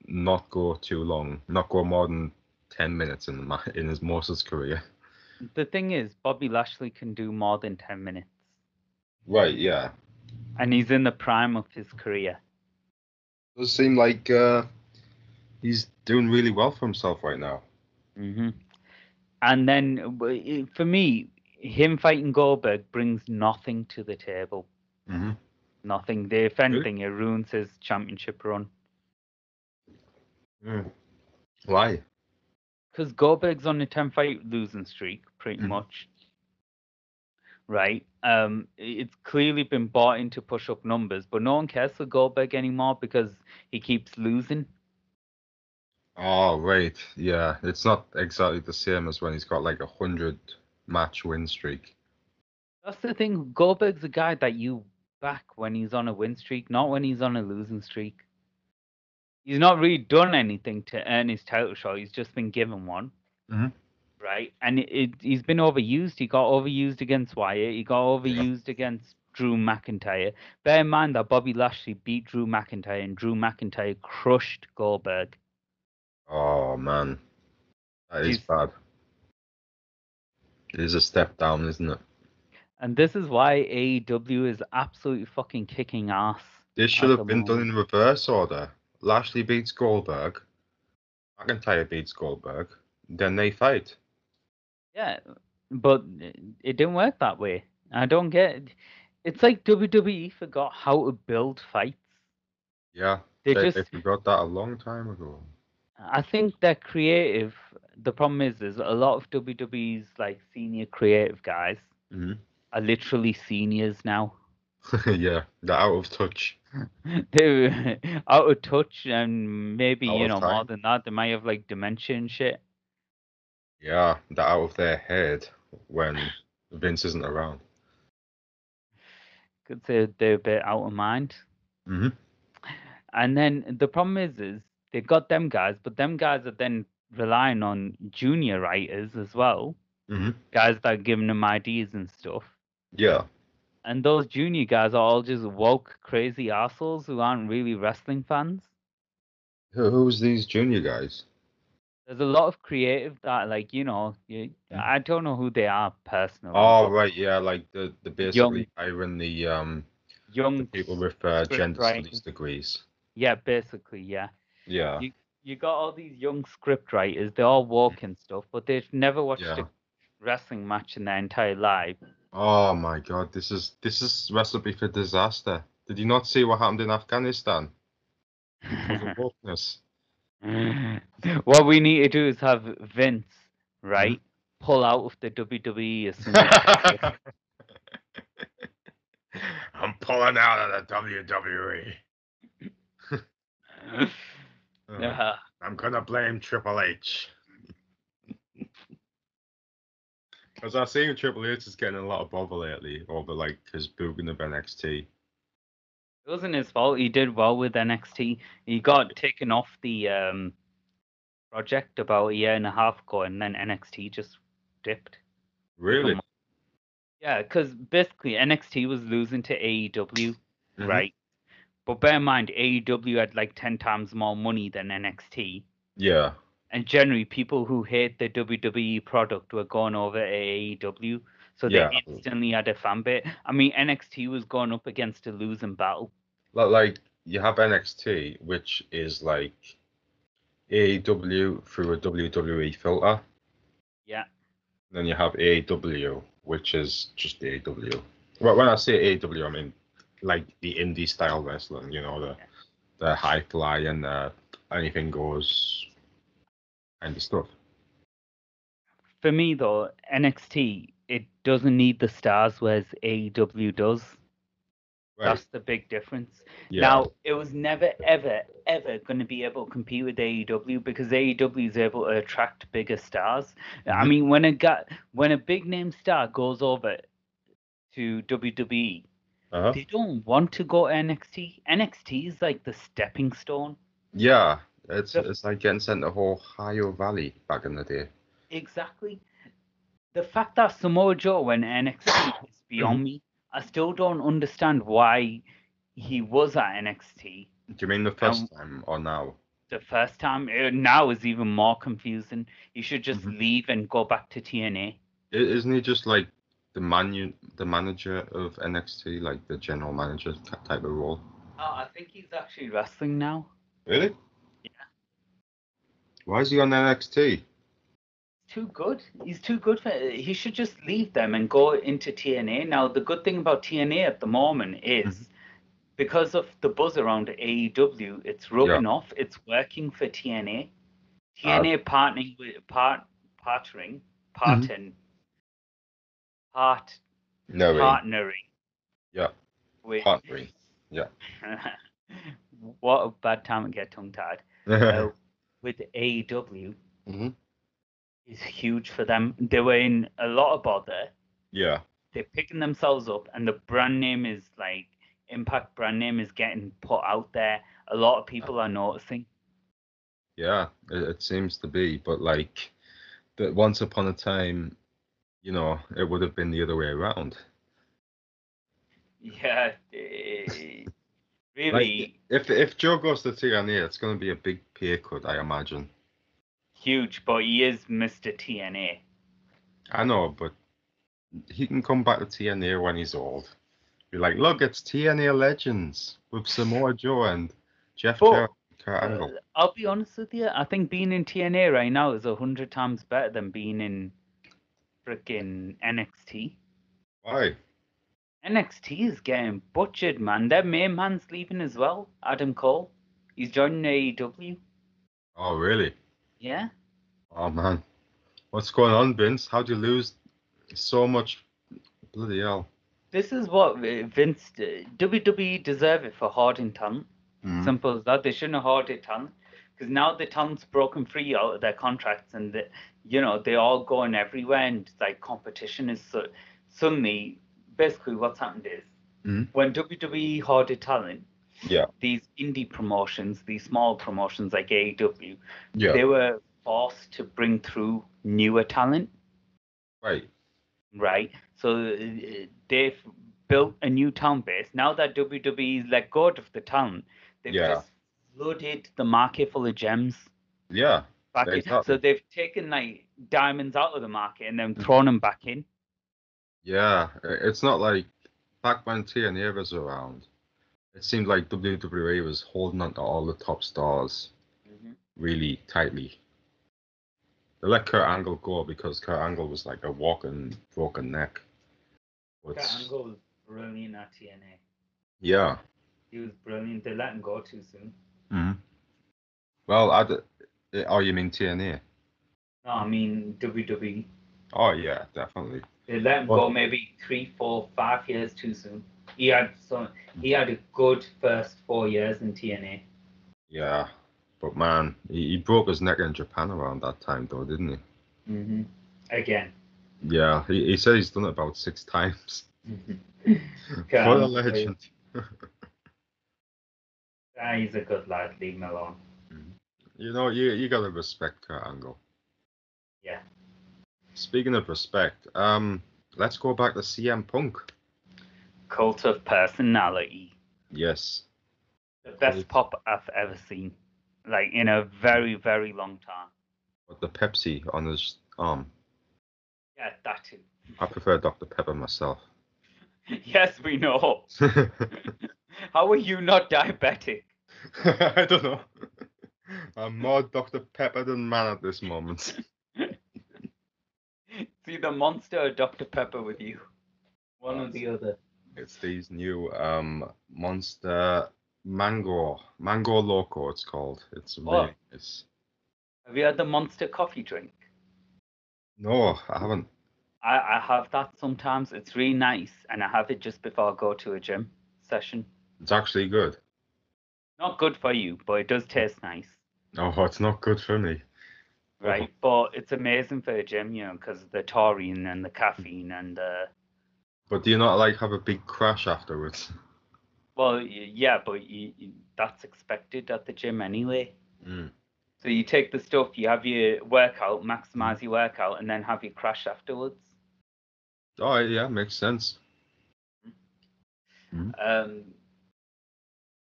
Speaker 2: not go too long, not go more than ten minutes in the, ma- in his Morse's career.
Speaker 1: The thing is, Bobby Lashley can do more than 10 minutes,
Speaker 2: Right. Yeah.
Speaker 1: and he's in the prime of his career.
Speaker 2: Does seem like uh, he's doing really well for himself right now.
Speaker 1: hmm And then, uh, w- i- for me, him fighting Goldberg brings nothing to the table.
Speaker 2: Mm-hmm.
Speaker 1: Nothing. There. If anything, it ruins his championship run.
Speaker 2: Hmm. Why?
Speaker 1: Because Goldberg's on a 10 fight losing streak, pretty
Speaker 2: Mhm.
Speaker 1: much. right? Um, it's clearly been bought in to push up numbers, but no one cares for Goldberg anymore because he keeps losing.
Speaker 2: Oh right, yeah. It's not exactly the same as when he's got like a hundred match win streak.
Speaker 1: That's the thing. Goldberg's a guy that you back when he's on a win streak, not when he's on a losing streak. He's not really done anything to earn his title shot. He's just been given one,
Speaker 2: Mhm.
Speaker 1: right? And it, it, he's been overused. He got overused against Wyatt. He got overused against Drew McIntyre. Bear in mind that Bobby Lashley beat Drew McIntyre, and Drew McIntyre crushed Goldberg.
Speaker 2: Oh man, that is
Speaker 1: He's-
Speaker 2: bad. It is a step down, isn't it?
Speaker 1: And this is why AEW is absolutely fucking kicking ass.
Speaker 2: This should
Speaker 1: At
Speaker 2: have
Speaker 1: the
Speaker 2: been done in reverse order. Lashley beats Goldberg, McIntyre beats Goldberg, then they fight.
Speaker 1: Yeah, but it didn't work that way. I don't get. It. It's like WWE forgot how to build fights.
Speaker 2: Yeah,
Speaker 1: They
Speaker 2: they,
Speaker 1: just,
Speaker 2: they forgot that a long time ago.
Speaker 1: I think they're creative. The problem is, is a lot of WWE's like senior creative guys
Speaker 2: Mm-hmm.
Speaker 1: are literally seniors now.
Speaker 2: yeah, they're out of touch.
Speaker 1: They're out of touch, and maybe
Speaker 2: Out
Speaker 1: you
Speaker 2: of
Speaker 1: know more
Speaker 2: time.
Speaker 1: than that, they might have like dementia and shit.
Speaker 2: Yeah, they're out of their head when Vince isn't around.
Speaker 1: Could say they're a bit out of mind.
Speaker 2: Mm-hmm.
Speaker 1: And then the problem is, is they got them guys, but them guys are then relying on junior writers as well,
Speaker 2: Mm-hmm.
Speaker 1: guys that are giving them ideas and stuff.
Speaker 2: Yeah,
Speaker 1: And those junior guys are all just woke, crazy assholes who aren't really wrestling fans.
Speaker 2: Who- who's these junior guys?
Speaker 1: There's a lot of creative that, like, you know, you, I don't know who they are personally.
Speaker 2: Oh
Speaker 1: but
Speaker 2: right, yeah, like the the basically hiring the um the
Speaker 3: Mm.
Speaker 1: young
Speaker 2: people with uh,
Speaker 1: script
Speaker 2: gender
Speaker 1: writing.
Speaker 2: studies degrees.
Speaker 1: Yeah, basically, yeah.
Speaker 2: Yeah,
Speaker 1: You- You got all these young script writers, they all woke and stuff, but they've never watched
Speaker 2: Yeah.
Speaker 1: a wrestling match in their entire life.
Speaker 2: Oh my God, this is this is recipe for disaster. Did you not see what happened in Afghanistan? Because of wokeness.
Speaker 1: Mm. what we need to do is have Vince, right, pull out of the WWE as soon as
Speaker 3: I'm pulling out of the E. WWE.
Speaker 1: Yeah.
Speaker 3: I'm gonna blame Triple H.
Speaker 2: Because I've seen Triple H is getting a lot of bother lately over like his booking of NXT.
Speaker 1: It wasn't his fault. He did well with NXT. He got taken off the um, project about a year and a half ago, and then NXT just dipped.
Speaker 2: Really?
Speaker 1: Yeah, because basically NXT was losing to AEW,
Speaker 2: Mhm.
Speaker 1: right? But bear in mind, AEW had like 10 times more money than NXT.
Speaker 2: Yeah.
Speaker 1: and generally people who hate the WWE product were going over to AEW, so they
Speaker 2: Yeah.
Speaker 1: instantly had a fan base. I mean, NXT was going up against a losing battle.
Speaker 2: Like, like you have NXT, which is like AEW through a WWE filter.
Speaker 1: Yeah.
Speaker 2: Then you have AEW, which is just AEW. Well, when I say AEW, I mean like the indie style wrestling, you know, the the high fly and the anything goes kind of stuff.
Speaker 1: For me, though, NXT it doesn't need the stars, whereas AEW does. That's the big difference.
Speaker 2: yeah.
Speaker 1: Now, it was never, ever, ever going to be able to compete with AEW because AEW is able to attract bigger stars. I
Speaker 2: Mhm.
Speaker 1: mean, when a guy, when a big name star goes over to E, WWE,
Speaker 2: Uh-huh.
Speaker 1: they don't want to go NXT. NXT is like the stepping stone.
Speaker 2: Yeah. It's
Speaker 1: The-
Speaker 2: it's like getting sent to Ohio Valley back in the day.
Speaker 1: Exactly. The fact that Samoa Joe went NXT is beyond me. I still don't understand why he was at NXT
Speaker 2: Do you mean the first
Speaker 1: Um,
Speaker 2: time or now?
Speaker 1: the first time. Eh, Now is even more confusing. You should just
Speaker 2: Mhm.
Speaker 1: leave and go back to TNA.
Speaker 2: I- Isn't he just like the manu- the manager of NXT, like the general manager t- type of role?
Speaker 1: Oh, I think he's actually wrestling now.
Speaker 2: Really?
Speaker 1: Yeah.
Speaker 2: Why is he on NXT?
Speaker 1: too good. He's too good for. He should just leave them and go into TNA. Now the good thing about TNA at the moment is because of the buzz around AEW, it's rubbing off. It's working for TNA. TNA partnering with part partnering parting part
Speaker 2: No way.
Speaker 1: partnering.
Speaker 2: Yeah.
Speaker 1: With,
Speaker 2: Partnering, yeah.
Speaker 1: what a bad time and get tongue tied. uh, with AEW
Speaker 2: Mhm.
Speaker 1: is huge for them. They were in a lot of bother.
Speaker 2: yeah.
Speaker 1: They're picking themselves up, and the brand name is like Impact brand name is getting put out there. A lot of people are noticing.
Speaker 2: Yeah, it, it seems to be, but like that once upon a time, you know, it would have been the other way around.
Speaker 1: Yeah, eh, really
Speaker 2: Like if if Joe goes to TNA, it's going to be a big pay cut, I imagine.
Speaker 1: huge, but he is Mr. TNA.
Speaker 2: I know, but he can come back to TNA when he's old. Be like, look, it's TNA Legends with Samoa Joe and Jeff
Speaker 1: But-
Speaker 2: Jarrett, and Kurt Angle.
Speaker 1: Uh, I'll be honest with you. I think being in TNA right now is a hundred times better than being in freaking NXT.
Speaker 2: Why?
Speaker 1: NXT is getting butchered, man. Their main man's leaving as well. Adam Cole, he's joining AEW.
Speaker 2: Oh, really?
Speaker 1: Yeah,
Speaker 2: Oh man, what's going on, Vince? How'd you lose so much? Bloody hell!
Speaker 1: this is what uh, Vince uh, WWE deserve it for hoarding talent.
Speaker 2: Mm.
Speaker 1: Simple as that. They shouldn't have hoarded talent because now the talent's broken free out of their contracts, and the, you know they're all going everywhere, and like competition is so, suddenly basically what's happened is
Speaker 2: Mhm.
Speaker 1: when WWE hoarded talent,
Speaker 2: Yeah,
Speaker 1: these indie promotions, these small promotions like AEW,
Speaker 2: yeah,
Speaker 1: they were forced to bring through newer talent,
Speaker 2: right.
Speaker 1: right? So uh, they've built a new talent base. Now that WWE's let go of the talent, they've
Speaker 2: Yeah.
Speaker 1: just flooded the market full of gems.
Speaker 2: Yeah,
Speaker 1: Back in.
Speaker 2: Exactly.
Speaker 1: So they've taken like diamonds out of the market and then thrown them back in.
Speaker 2: yeah. I- It's not like back when TNA was around. It seemed like WWE was holding on to all the top stars really tightly. They let Kurt Angle go because Kurt Angle was like a walking broken neck. But,
Speaker 1: was brilliant at TNA.
Speaker 2: yeah.
Speaker 1: He was brilliant. They let him go too soon.
Speaker 2: Mm. Well, I. D- oh, you mean TNA?
Speaker 1: No, I mean WWE.
Speaker 2: Oh yeah, definitely.
Speaker 1: They let him go
Speaker 2: Well-
Speaker 1: maybe three, four, five years too soon. He had some. He had a good first four years in TNA.
Speaker 2: Yeah, but man, he, he broke his neck in Japan around that time, though, didn't he?
Speaker 1: Mm-hmm. Again.
Speaker 2: Yeah, he, he said he's done it about six times.
Speaker 1: Kurt
Speaker 2: what a
Speaker 1: Angle.
Speaker 2: legend!
Speaker 1: Ah, he's a good lad. Leave him alone.
Speaker 2: You know, you you gotta respect Kurt Angle.
Speaker 1: Yeah.
Speaker 2: Speaking of respect, um, let's go back to CM Punk.
Speaker 1: Cult of personality.
Speaker 2: Yes.
Speaker 1: The best pop I've ever seen. Like in a very, very long time.
Speaker 2: With the Pepsi on his arm.
Speaker 1: Yeah, that too.
Speaker 2: I prefer Dr. Pepper myself.
Speaker 1: Yes, we know. How are you not diabetic?
Speaker 2: I don't know. I'm more Dr. Pepper than man at this moment.
Speaker 1: See the monster or Dr. Pepper with you. One or
Speaker 2: That's-
Speaker 1: the other.
Speaker 2: It's these new um monster mango mango loco. It's called. It's really it's
Speaker 1: Have you had the monster coffee drink?
Speaker 2: no, I haven't.
Speaker 1: I, I have that sometimes. It's really nice, and I have it just before I go to a gym session.
Speaker 2: It's actually good.
Speaker 1: Not good for you, but it does taste nice,
Speaker 2: Oh, it's not good for me. Mm-hmm.
Speaker 1: right? But it's amazing for a gym, you know, because of the taurine and the caffeine and the.
Speaker 2: But do you not like have a big crash afterwards?
Speaker 1: Well, y- yeah, but you, you, that's expected at the gym anyway.
Speaker 2: Mm.
Speaker 1: So you take the stuff, you have your workout,
Speaker 2: Mm-hmm.
Speaker 1: maximize your workout, and then have your crash afterwards.
Speaker 2: Oh yeah, makes sense.
Speaker 1: Um,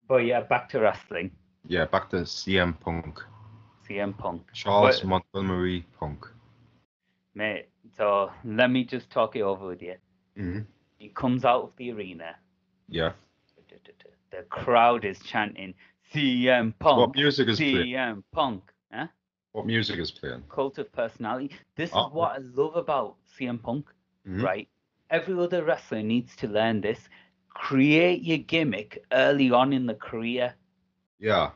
Speaker 1: but yeah, back to wrestling.
Speaker 2: Yeah, back to CM Punk,
Speaker 1: CM Punk.
Speaker 2: Charles
Speaker 1: But-
Speaker 2: Montgomery Punk.
Speaker 1: Mate, so let me just talk it over with you.
Speaker 2: Mm-hmm.
Speaker 1: He comes out of the arena.
Speaker 2: Yeah.
Speaker 1: The crowd is chanting CM Punk.
Speaker 2: What music is playing?
Speaker 1: CM Punk. Huh?
Speaker 2: What music is playing?
Speaker 1: Cult of personality. This
Speaker 2: Oh.
Speaker 1: is what I love about CM Punk,
Speaker 2: Mhm.
Speaker 1: right? Every other wrestler needs to learn this. Create your gimmick early on in the career.
Speaker 2: Yeah.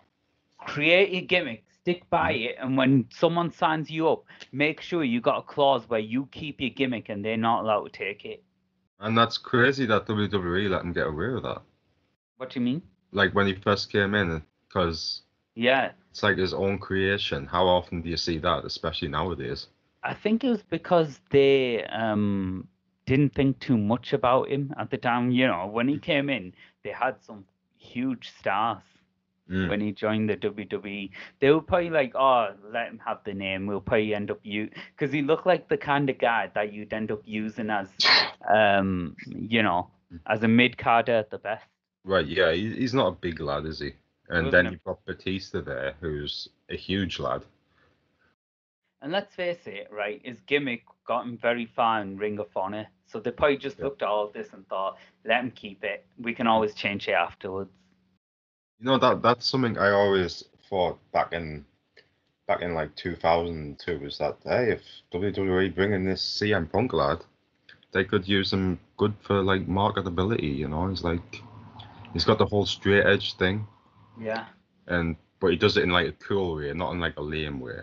Speaker 1: Create your gimmick. Stick by it. And when someone signs you up, make sure you got a clause where you keep your gimmick and they're not allowed to take it.
Speaker 2: And that's crazy that WWE let him get away with that.
Speaker 1: What do you mean?
Speaker 2: Like when he first came in, because
Speaker 1: Yeah,
Speaker 2: it's like his own creation. How often do you see that, especially nowadays?
Speaker 1: I think it was because they um, didn't think too much about him at the time. You know, when he came in, they had some huge stars
Speaker 2: Mm.
Speaker 1: when he joined the WWE. They were probably like, "Oh, let him have the name. We'll probably end up you," because he looked like the kind of guy that you'd end up using as, um, you know,
Speaker 2: Mm.
Speaker 1: as a mid carder at the best.
Speaker 2: Right, yeah, he, he's not a big lad, is he? And
Speaker 1: Wasn't
Speaker 2: then
Speaker 1: him.
Speaker 2: you've got Batista there, who's a huge lad.
Speaker 1: And let's face it, right? His gimmick got him very far in Ring of Honor. So they probably just
Speaker 2: Yeah.
Speaker 1: looked at all this and thought, let him keep it. We can always change it afterwards.
Speaker 2: You know that that's something I always thought back in back in like 2002 was that hey, if WWE bring in this CM Punk lad, they could use him good for like marketability. You know, he's like he's got the whole straight edge thing,
Speaker 1: Yeah,
Speaker 2: and but he does it in like a cool way, not in like a lame way.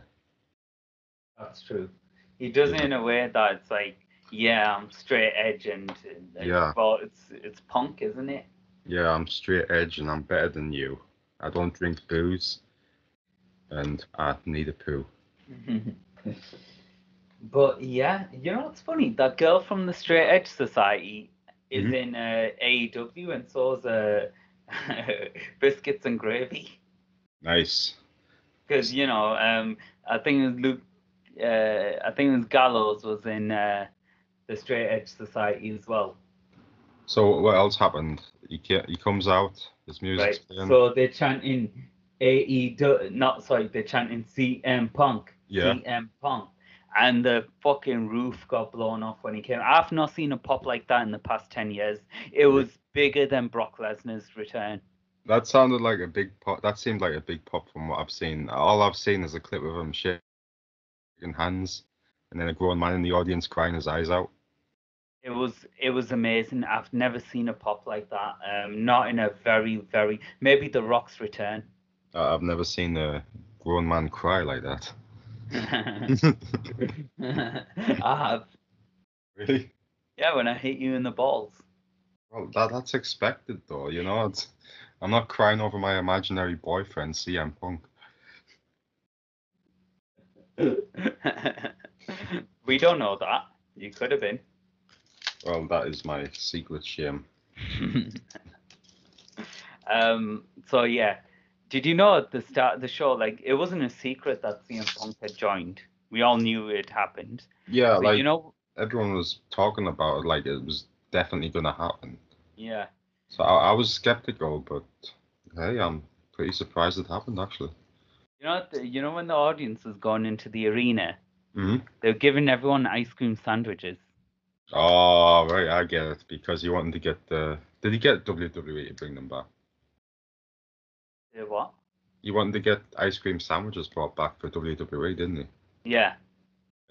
Speaker 1: that's true. He does it in a way that it's like, yeah, I'm straight edge and, and and-
Speaker 2: Yeah.
Speaker 1: well, it's it's punk, isn't it?
Speaker 2: Yeah, I'm straight edge and I'm better than you. I don't drink booze, and I need a poo.
Speaker 1: but yeah, you know what's funny? That girl from the Straight Edge Society is
Speaker 2: Mhm.
Speaker 1: in uh, AEW and so's uh, biscuits and gravy.
Speaker 2: Nice.
Speaker 1: because you know, um, I think it was Luke, uh, I think it was Gallows was in uh, the Straight Edge Society as well,
Speaker 2: So what else happened? He ca- he comes out. His
Speaker 1: right?
Speaker 2: music's playing.
Speaker 1: So they're chanting AE, not sorry, they're chanting CM Punk,
Speaker 2: Yeah.
Speaker 1: CM Punk, and the fucking roof got blown off when he came. I've not seen a pop like that in the past ten years. It was bigger than Brock Lesnar's return.
Speaker 2: That sounded like a big pop. That seemed like a big pop from what I've seen. All I've seen is a clip of him shaking hands, and then a grown man in the audience crying his eyes out.
Speaker 1: It was it was amazing. I've never seen a pop like that. Um, not in a very very maybe The Rock's return.
Speaker 2: Uh, I've never seen a grown man cry like that.
Speaker 1: I have.
Speaker 2: really?
Speaker 1: Yeah, when I hit you in the balls.
Speaker 2: Well, that that's expected though. You know, it's, I'm not crying over my imaginary boyfriend CM Punk.
Speaker 1: we don't know that. You could have been.
Speaker 2: Well, that is my secret shame.
Speaker 1: um. So yeah, did you know at the start of the show, like it wasn't a secret that CM Punk had joined. We all knew it happened.
Speaker 2: Yeah,
Speaker 1: So,
Speaker 2: like
Speaker 1: you know,
Speaker 2: everyone was talking about it, like it was definitely gonna happen.
Speaker 1: yeah.
Speaker 2: So I, I was skeptical, but hey, I'm pretty surprised it happened actually.
Speaker 1: You know, at the, you know when the audience was going into the arena,
Speaker 2: hmm
Speaker 1: they were giving everyone ice cream sandwiches.
Speaker 2: Oh right, I get it because he wanted to get the. Did he get WWE to bring them back?
Speaker 1: They what?
Speaker 2: He wanted to get ice cream sandwiches brought back for WWE, didn't he?
Speaker 1: Yeah.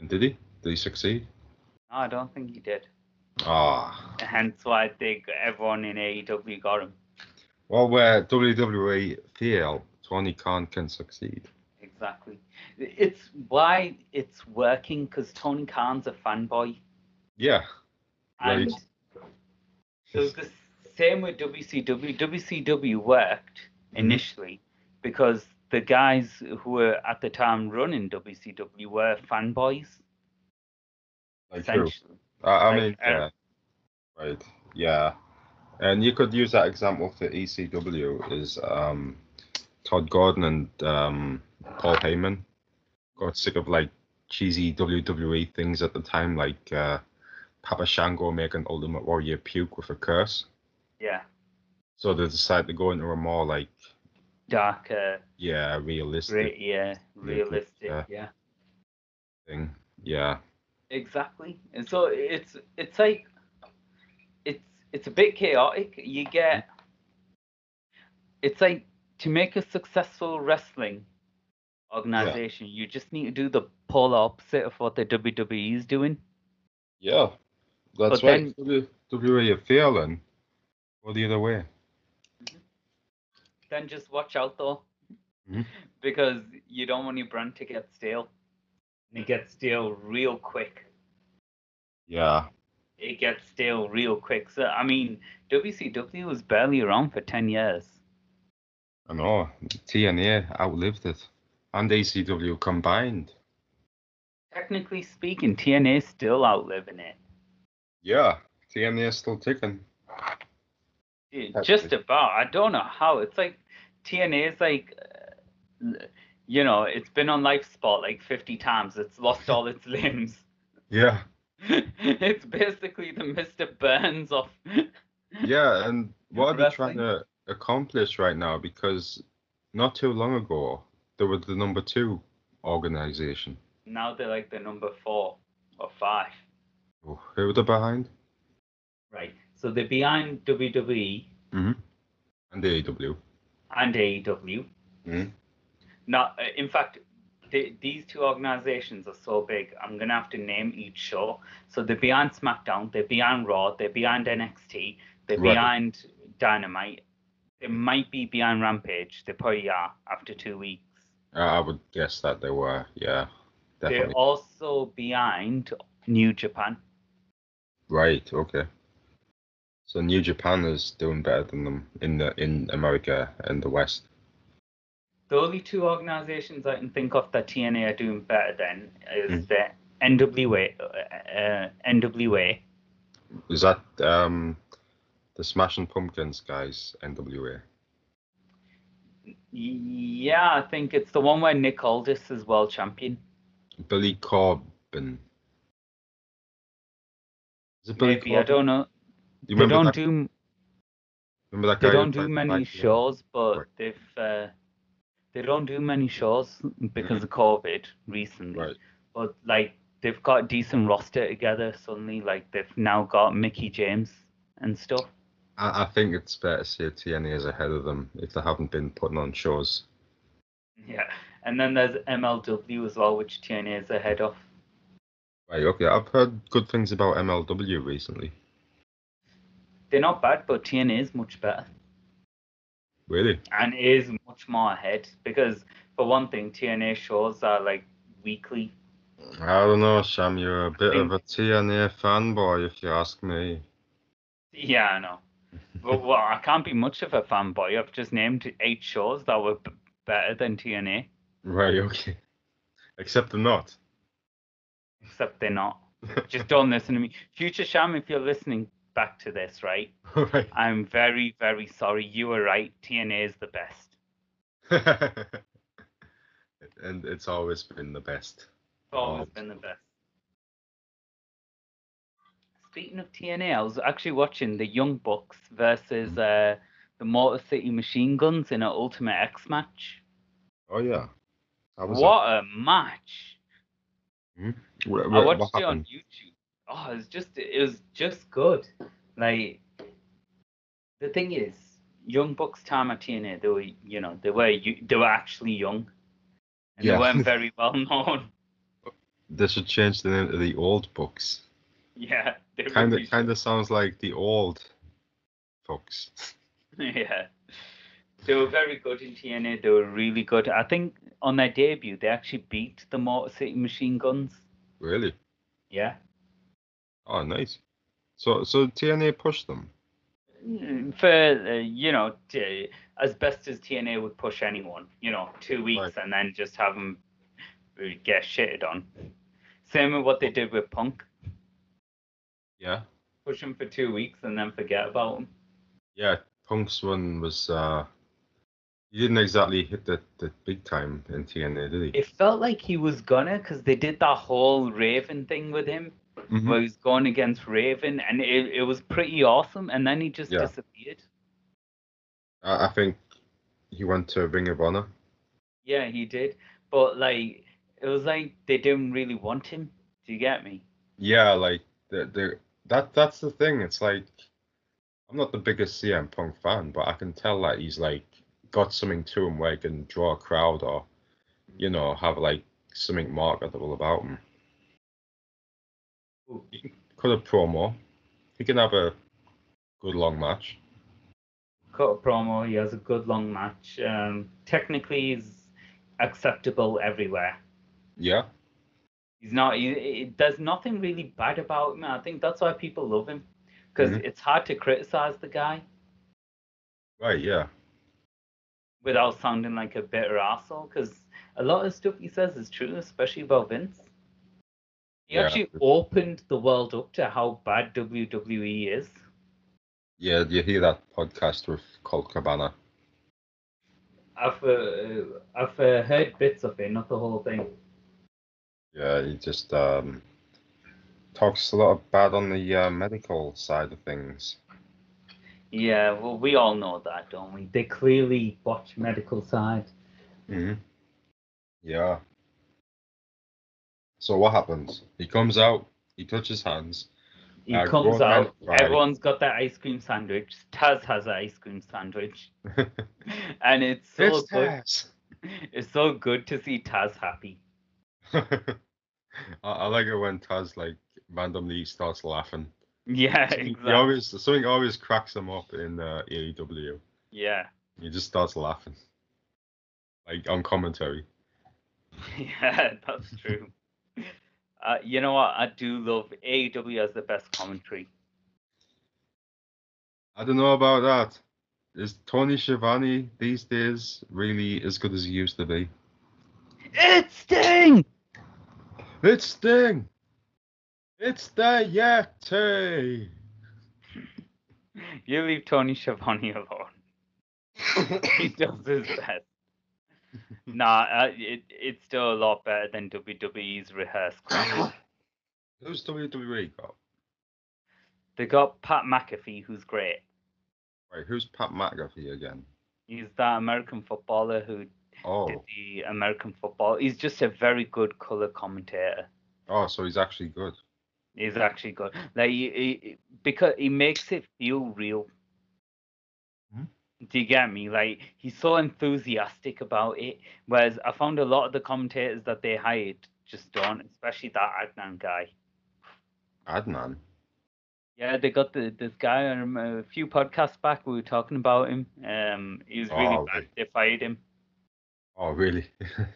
Speaker 2: And did he? Did he succeed?
Speaker 1: No, I don't think he did.
Speaker 2: Ah,
Speaker 1: Hence why I think everyone in AEW got him.
Speaker 2: well, where WWE failed, Tony Khan can succeed.
Speaker 1: Exactly. It's why it's working because Tony Khan's a fanboy.
Speaker 2: Yeah,
Speaker 1: And
Speaker 2: Right.
Speaker 1: it was the same with WCW. WCW worked initially because the guys who were at the time running WCW were fanboys,
Speaker 2: like who?
Speaker 1: essentially.
Speaker 2: I, I
Speaker 1: Like,
Speaker 2: mean,
Speaker 1: uh,
Speaker 2: yeah. right, yeah, and you could use that example for ECW is um, Todd Gordon and um, Paul Heyman got sick of like cheesy WWE things at the time, like uh, Papa Shango making Ultimate Warrior puke with a curse.
Speaker 1: Yeah.
Speaker 2: So they decided to go into a more like
Speaker 1: Darker,
Speaker 2: yeah realistic
Speaker 1: re- yeah, realistic,
Speaker 2: yeah.
Speaker 1: yeah.
Speaker 2: thing. Yeah,
Speaker 1: Exactly. And so it's it's like it's it's a bit chaotic. You get it's like to make a successful wrestling organization, you just need to do the polar opposite of what the WWE is doing.
Speaker 2: yeah, that's
Speaker 1: But
Speaker 2: right. WWE are failing, or the other way.
Speaker 1: Then just watch out though.
Speaker 2: Mhm.
Speaker 1: Because you don't want your brand to get stale. And it gets stale real quick.
Speaker 2: Yeah.
Speaker 1: it gets stale real quick. So I mean, WCW was barely around for ten years.
Speaker 2: I know TNA outlived it, and ACW combined.
Speaker 1: Technically speaking, TNA's still outliving it.
Speaker 2: Yeah, TNA is still ticking.
Speaker 1: Dude,
Speaker 2: That's
Speaker 1: just
Speaker 2: good.
Speaker 1: about. I don't know how. It's like TNA is like, uh, you know, it's been on life support like 50 times. It's lost all its limbs.
Speaker 2: Yeah,
Speaker 1: it's basically the Mr. Burns of.
Speaker 2: yeah, and what are they
Speaker 1: Wrestling.
Speaker 2: trying to accomplish right now? Because not too long ago, they were the number two organization.
Speaker 1: Now they're like the number four or five.
Speaker 2: Who were they behind?
Speaker 1: Right. So they're behind WWE
Speaker 2: Mm-hmm. And the AEW.
Speaker 1: and E AEW.
Speaker 2: Mhm.
Speaker 1: Now, uh, in fact, th these two organizations are so big. I'm gonna have to name each show. So they're behind SmackDown, they're behind Raw, they're behind NXT, they're
Speaker 2: Right.
Speaker 1: behind Dynamite. They might be behind Rampage. They probably are after two weeks.
Speaker 2: Uh, I would guess that they were. Yeah,
Speaker 1: They're
Speaker 2: definitely.
Speaker 1: also behind New Japan.
Speaker 2: Right. Okay. So New Japan is doing better than them in the in America and the West.
Speaker 1: The only two organizations I can think of that TNA are doing better than
Speaker 2: Hmm.
Speaker 1: is the NWA, uh, NWA,
Speaker 2: Is that um the Smashing Pumpkins guys NWA?
Speaker 1: Yeah, I think it's the one where Nick Aldis is world champion.
Speaker 2: Billy Corbin. Is it Billy
Speaker 1: Maybe I
Speaker 2: Corbin?
Speaker 1: don't know.
Speaker 2: You
Speaker 1: they
Speaker 2: remember
Speaker 1: don't
Speaker 2: that,
Speaker 1: do
Speaker 2: remember that
Speaker 1: they
Speaker 2: guy who
Speaker 1: don't do
Speaker 2: played the
Speaker 1: many
Speaker 2: Viking?
Speaker 1: shows, but
Speaker 2: Right.
Speaker 1: they've uh, they don't do many shows because of COVID recently.
Speaker 2: Mm-hmm. Right.
Speaker 1: But like they've got a decent roster together suddenly. Like they've now got Mickey James and stuff.
Speaker 2: I, I think it's fair to say TNA is ahead of them if they haven't been putting on shows.
Speaker 1: Yeah, and then there's MLW as well, which TNA is ahead of.
Speaker 2: Right. Okay. I've heard good things about MLW recently.
Speaker 1: They're not bad, but TNA is much better.
Speaker 2: Really?
Speaker 1: and is much more ahead because for one thing tna shows are like weekly
Speaker 2: I don't know, Sham. You're a bit
Speaker 1: think-
Speaker 2: of a TNA fanboy, if you ask me.
Speaker 1: yeah i know but well i can't be much of a fanboy i've just named eight shows that were b- better than tna
Speaker 2: Right. Okay. Except they're not.
Speaker 1: except they're not just don't listen to me future sham if you're listening back to this right
Speaker 2: right.
Speaker 1: i'm very very sorry you were right tna is the best
Speaker 2: and it's always been the best.
Speaker 1: it's always
Speaker 2: Oh.
Speaker 1: been the best Speaking of TNA, I was actually watching the Young Bucks versus
Speaker 2: Mm-hmm.
Speaker 1: uh, the Motor City Machine Guns in an Ultimate X match.
Speaker 2: Oh yeah. How was
Speaker 1: What a match!
Speaker 2: That? Wh- wh-
Speaker 1: I
Speaker 2: what
Speaker 1: watched it on
Speaker 2: happened?
Speaker 1: YouTube. Oh, it was just it was just good. Like the thing is, Young Bucks time at TNA, they were you know they were you- they were actually young, and
Speaker 2: Yeah.
Speaker 1: they weren't very well known.
Speaker 2: They should change the name to the old books.
Speaker 1: yeah, they
Speaker 2: Kind
Speaker 1: really
Speaker 2: of, kind of sounds like the old books.
Speaker 1: yeah. They were very good in TNA. They were really good. I think on their debut, they actually beat the Motor City Machine Guns.
Speaker 2: Really?
Speaker 1: Yeah.
Speaker 2: Oh, nice. So, so TNA pushed them.
Speaker 1: For, uh, you know, t- as best as TNA would push anyone, you know, two weeks and then just have them get shitted on. Same with what they did with Punk.
Speaker 2: Yeah.
Speaker 1: Push him for two weeks and then forget about him.
Speaker 2: Yeah. Punk's one was. uh He didn't exactly hit the, the big time in TNA, did he?
Speaker 1: It felt like he was gonna because they did that whole Raven thing with him.
Speaker 2: Mhm.
Speaker 1: where he's going against Raven, and it, it was pretty awesome. And then he just
Speaker 2: Yeah.
Speaker 1: disappeared.
Speaker 2: I, I think he went to Ring of Honor.
Speaker 1: Yeah, he did. But like, it was like they didn't really want him. Do you get me?
Speaker 2: Yeah, like the the that that's the thing. It's like I'm not the biggest CM Punk fan, but I can tell that he's like got something to him where he can draw a crowd or you know have like something marketable about him.
Speaker 1: Ooh.
Speaker 2: Cut a promo. He can have a good long match.
Speaker 1: Cut a promo. He has a good long match. Um, technically, he's acceptable everywhere.
Speaker 2: Yeah,
Speaker 1: He's not. He, he- there's nothing really bad about him. I think that's why people love him, because
Speaker 2: Mhm.
Speaker 1: it's hard to criticize the guy
Speaker 2: Right, yeah.
Speaker 1: without sounding like a bitter asshole. Because a lot of stuff he says is true, especially about Vince. He
Speaker 2: Yeah.
Speaker 1: actually opened the world up to how bad WWE is.
Speaker 2: Yeah, you hear that podcast with Colt Cabana.
Speaker 1: I've uh, I've uh, heard bits of it, not the whole thing.
Speaker 2: Yeah, he just um, talks a lot of bad on the uh, medical side of things.
Speaker 1: Yeah, well, we all know that, don't we? They clearly botch medical side.
Speaker 2: Mm-hmm. Yeah. So what happens? He comes out, he touches hands.
Speaker 1: He
Speaker 2: Uh,
Speaker 1: comes
Speaker 2: Gordon
Speaker 1: out.
Speaker 2: Ramsay.
Speaker 1: Everyone's got their ice cream sandwich. Taz has an ice cream sandwich, and it's so
Speaker 2: It's
Speaker 1: good.
Speaker 2: Taz.
Speaker 1: It's so good to see Taz happy.
Speaker 2: I, I like it when Taz like randomly starts laughing.
Speaker 1: Yeah,
Speaker 2: He
Speaker 1: exactly.
Speaker 2: always something always cracks him up in uh, AEW.
Speaker 1: Yeah,
Speaker 2: He just starts laughing, like on commentary.
Speaker 1: yeah, that's true. Uh, you know what? I do love AEW has the best commentary.
Speaker 2: I don't know about that. Is Tony Schiavone these days really as good as he used to be?
Speaker 1: It's Sting.
Speaker 2: It's Sting. It's the Yeti.
Speaker 1: You leave Tony Schiavone alone. he does his best. Nah, uh, it, it's still a lot better than WWE's rehearsed crap.
Speaker 2: Who's WWE got?
Speaker 1: they got Pat McAfee, who's great.
Speaker 2: Right, who's Pat McAfee again?
Speaker 1: He's that American footballer who did
Speaker 2: Oh,
Speaker 1: the American football. He's just a very good color commentator.
Speaker 2: oh, so he's actually good.
Speaker 1: He's actually good. Like he, he- because he makes it feel real.
Speaker 2: Hmm?
Speaker 1: Do you get me? Like he's so enthusiastic about it. Whereas I found a lot of the commentators that they hired just don't, especially that Adnan guy.
Speaker 2: Adnan.
Speaker 1: Yeah, they got the this guy on um, a few podcasts back. We were talking about him. Um, he was really
Speaker 2: Oh,
Speaker 1: bad.
Speaker 2: right.
Speaker 1: They fired him.
Speaker 2: Oh, really? he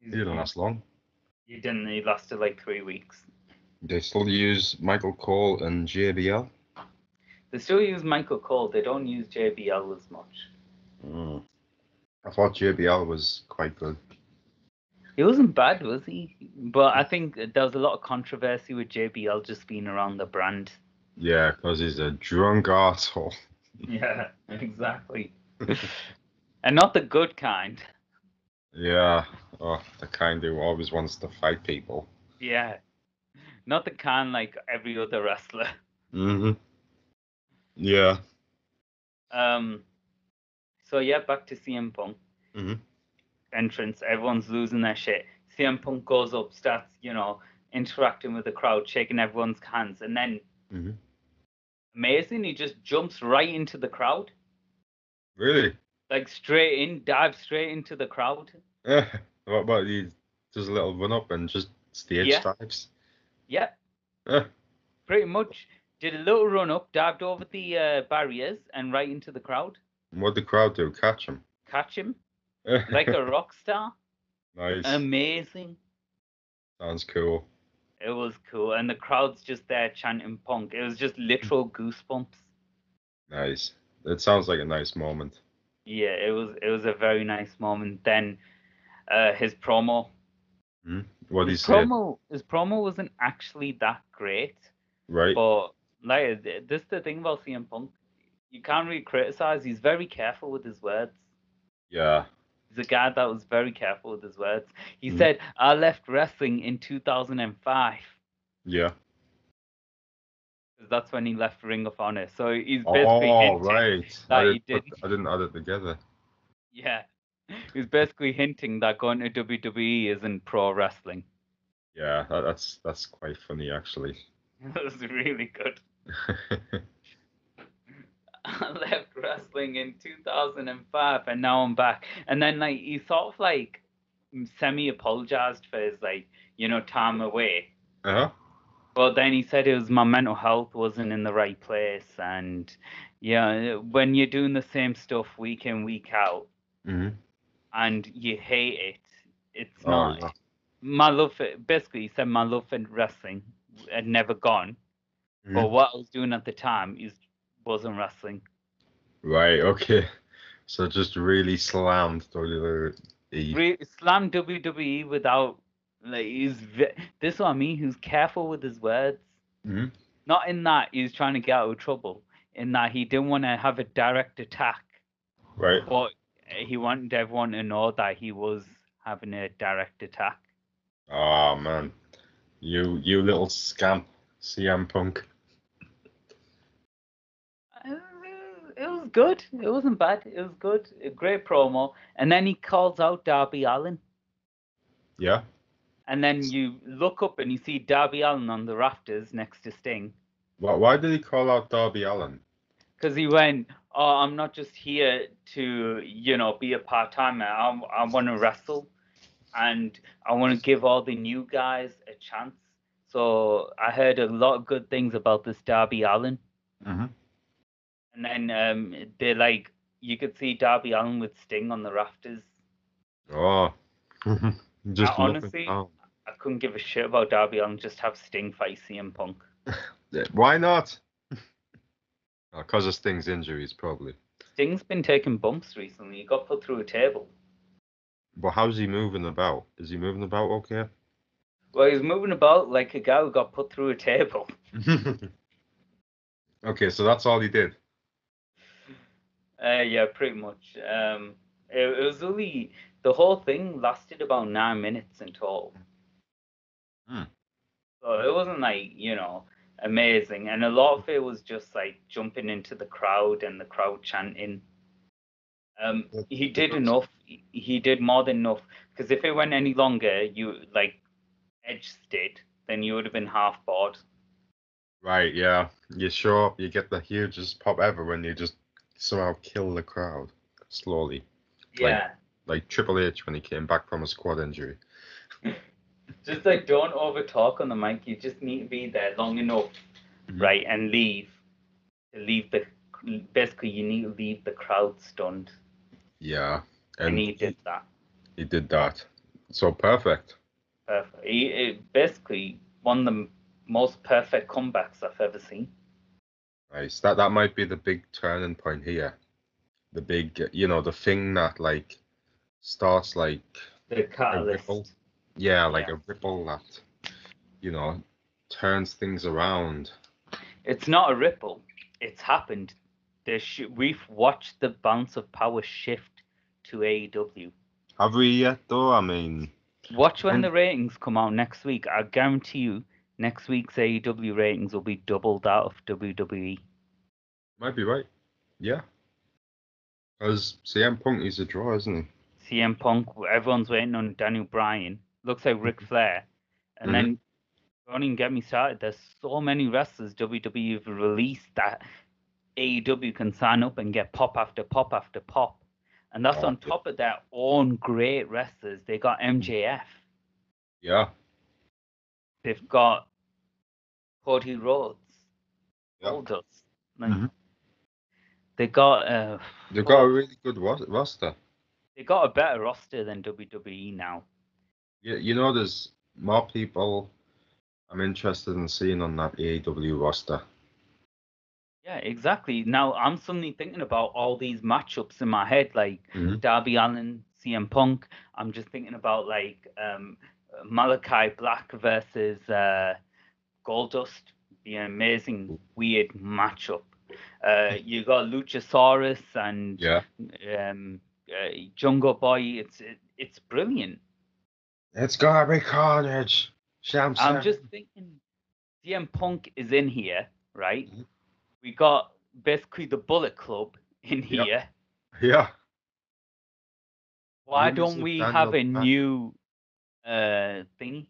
Speaker 1: He's-
Speaker 2: didn't last long.
Speaker 1: He didn't. He lasted like three weeks.
Speaker 2: They still use Michael Cole and JBL.
Speaker 1: They still use Michael Cole. They don't use JBL as much.
Speaker 2: I thought JBL was quite good.
Speaker 1: He wasn't bad, was he? But I think there was a lot of controversy with JBL just being around the brand.
Speaker 2: Yeah, because he's a drunk asshole.
Speaker 1: Yeah, exactly. and not the good kind.
Speaker 2: Yeah. Oh, the kind who always wants to fight people.
Speaker 1: Yeah, not the kind like every other wrestler.
Speaker 2: Mm-hmm. Yeah.
Speaker 1: Um, so yeah, back to CM Punk.
Speaker 2: Mhm.
Speaker 1: Entrance, everyone's losing their shit. CM Punk goes up, starts, you know, interacting with the crowd, shaking everyone's hands, and then
Speaker 2: Mhm.
Speaker 1: amazing, he just jumps right into the crowd,
Speaker 2: Really?
Speaker 1: like straight in, dives straight into the crowd.
Speaker 2: Eh, what about he does a little run up and just stage
Speaker 1: Yeah.
Speaker 2: dives?
Speaker 1: Yep,
Speaker 2: Eh,
Speaker 1: pretty much. Did a little run up, dived over the uh, barriers, and right into the crowd.
Speaker 2: and what'd the crowd do? Catch him.
Speaker 1: Catch him
Speaker 2: Eh,
Speaker 1: like a rock star.
Speaker 2: nice.
Speaker 1: Um, Amazing.
Speaker 2: Sounds cool.
Speaker 1: It was cool, and the crowd's just there chanting punk. It was just literal goosebumps.
Speaker 2: Nice. It sounds like a nice moment.
Speaker 1: Yeah, it was it was a very nice moment. Then uh, his promo,
Speaker 2: Hmm? What he
Speaker 1: his
Speaker 2: said,
Speaker 1: promo, his promo wasn't actually that great,
Speaker 2: right?
Speaker 1: but like th- this, is the thing about CM Punk, you can't really criticize. He's very careful with his words.
Speaker 2: Yeah.
Speaker 1: He's a guy that was very careful with his words. He
Speaker 2: Mhm.
Speaker 1: said, "I left wrestling in 2005."
Speaker 2: Yeah.
Speaker 1: 'cause That's when he left Ring of Honor. So he's basically
Speaker 2: Oh,
Speaker 1: hinting-
Speaker 2: right.
Speaker 1: that
Speaker 2: I
Speaker 1: he
Speaker 2: didn't, put- I didn't add it together.
Speaker 1: Yeah. He was basically hinting that going to WWE isn't pro wrestling.
Speaker 2: Yeah, that, that's that's quite funny actually.
Speaker 1: That was really good. I left wrestling in 2005 and now I'm back. And then, like, he sort of like semi apologized for his, like, you know, time away.
Speaker 2: uh-huh.
Speaker 1: But then he said it was my mental health wasn't in the right place. And yeah, when you're doing the same stuff week in, week out
Speaker 2: hmm
Speaker 1: and you hate it, it's
Speaker 2: Oh,
Speaker 1: not.
Speaker 2: yeah.
Speaker 1: my love for basically he said my love for wrestling had never gone,
Speaker 2: Hmm. Mm-hmm.
Speaker 1: but what I was doing at the time is wasn't wrestling.
Speaker 2: Right, okay. So just really slammed E. WWE.
Speaker 1: Re- slam WWE E without like he's ve- this is what I mean. He's careful with his words.
Speaker 2: Mhm.
Speaker 1: Not in that he's trying to get out of trouble. In that he didn't want to have a direct attack,
Speaker 2: Right.
Speaker 1: but he wanted everyone to know that he was having a direct attack.
Speaker 2: Oh man. You you little scamp, CM Punk.
Speaker 1: Uh, It was good. It wasn't bad. It was good. A great promo. And then he calls out Darby Allen.
Speaker 2: Yeah.
Speaker 1: And then you look up and you see Darby Allen on the rafters next to Sting.
Speaker 2: Why, why did he call out Darby Allen?
Speaker 1: because he went, "Oh, I'm not just here to, you know, be a part timer. I, I want to wrestle, and I want to give all the new guys a chance." So I heard a lot of good things about this Darby Allen,
Speaker 2: Mm-hmm.
Speaker 1: and then um, they're like, you could see Darby Allen with Sting on the rafters.
Speaker 2: Oh. just
Speaker 1: I
Speaker 2: looking
Speaker 1: honestly-
Speaker 2: down.
Speaker 1: I couldn't give a shit about Darby Allen. Just have Sting fight CM Punk.
Speaker 2: Yeah, Why not? Because of Sting's injuries, probably.
Speaker 1: Sting's been taking bumps recently. He got put through a table.
Speaker 2: But how's he moving about? Is he moving about okay?
Speaker 1: Well, he's moving about like a guy who got put through a table.
Speaker 2: okay, so that's all he did.
Speaker 1: Uh, yeah, pretty much. Um, it, it was only the whole thing lasted about nine minutes in total.
Speaker 2: Hmm.
Speaker 1: So it wasn't like you know amazing, and a lot of it was just like jumping into the crowd and the crowd chanting. Um,
Speaker 2: That-
Speaker 1: he did
Speaker 2: that's-
Speaker 1: enough. He- He did more than enough because if it went any longer, you like Edge did, then you would have been half bored.
Speaker 2: Right, yeah. You show up, you get the hugest pop ever when you just somehow kill the crowd slowly. Like-
Speaker 1: Yeah,
Speaker 2: Like Triple H when he came back from a squad injury.
Speaker 1: just like don't over talk on the mic. You just need to be there long enough,
Speaker 2: Mhm.
Speaker 1: right, and leave. Leave the basically you need to leave the crowd stunned,
Speaker 2: Yeah.
Speaker 1: and,
Speaker 2: And
Speaker 1: he
Speaker 2: he,
Speaker 1: did that
Speaker 2: he did that. So perfect.
Speaker 1: perfect. He it basically one of the m- most perfect comebacks I've ever seen.
Speaker 2: Nice. That that might be the big turning point here. The big, uh, you know, the thing that like starts like
Speaker 1: The
Speaker 2: ripple.
Speaker 1: catalyst.
Speaker 2: yeah, like
Speaker 1: Yeah.
Speaker 2: a ripple that you know turns things around.
Speaker 1: It's not a ripple. It's happened. There sh- we've watched the balance of power shift to E AEW.
Speaker 2: Have we yet though? I mean,
Speaker 1: Watch when
Speaker 2: And-
Speaker 1: the ratings come out next week. I guarantee you, next week's AEW ratings will be double that of E. WWE.
Speaker 2: might be right. Yeah. Because CM Punk is a draw, isn't he?
Speaker 1: CM Punk, everyone's waiting on Daniel Bryan. Looks like
Speaker 2: Mm-hmm.
Speaker 1: Ric Flair. And
Speaker 2: Mhm.
Speaker 1: then, don't even get me started. There's so many wrestlers WWE have released that AEW can sign up and get pop after pop after pop. And that's
Speaker 2: Oh,
Speaker 1: on
Speaker 2: yeah.
Speaker 1: top of their own great wrestlers. They got MJF.
Speaker 2: Yeah.
Speaker 1: they've got Cody Rhodes,
Speaker 2: Yep.
Speaker 1: Aldous. Like,
Speaker 2: Mhm.
Speaker 1: They got uh,
Speaker 2: They've got a
Speaker 1: well,
Speaker 2: really good ros- roster.
Speaker 1: they got a better roster than WWE now.
Speaker 2: You, you know, there's more people I'm interested in seeing on that AEW roster.
Speaker 1: Yeah, exactly. Now I'm suddenly thinking about all these matchups in my head, like
Speaker 2: Mhm.
Speaker 1: Darby Allen, CM Punk. I'm just thinking about like um, Malachi Black versus uh, Goldust. Be an amazing, weird matchup. Uh, you got Luchasaurus and
Speaker 2: Yeah.
Speaker 1: um, uh, Jungle Boy. It's it, it's brilliant.
Speaker 2: It's gonna be carnage. Sham
Speaker 1: I'm just thinking, CM Punk is in here, right?
Speaker 2: Mhm.
Speaker 1: We got basically the Bullet Club in
Speaker 2: Yep.
Speaker 1: here.
Speaker 2: Yeah.
Speaker 1: Why
Speaker 2: Who's
Speaker 1: don't
Speaker 2: the
Speaker 1: we
Speaker 2: Daniel
Speaker 1: have a
Speaker 2: Bryan?
Speaker 1: new uh thingy?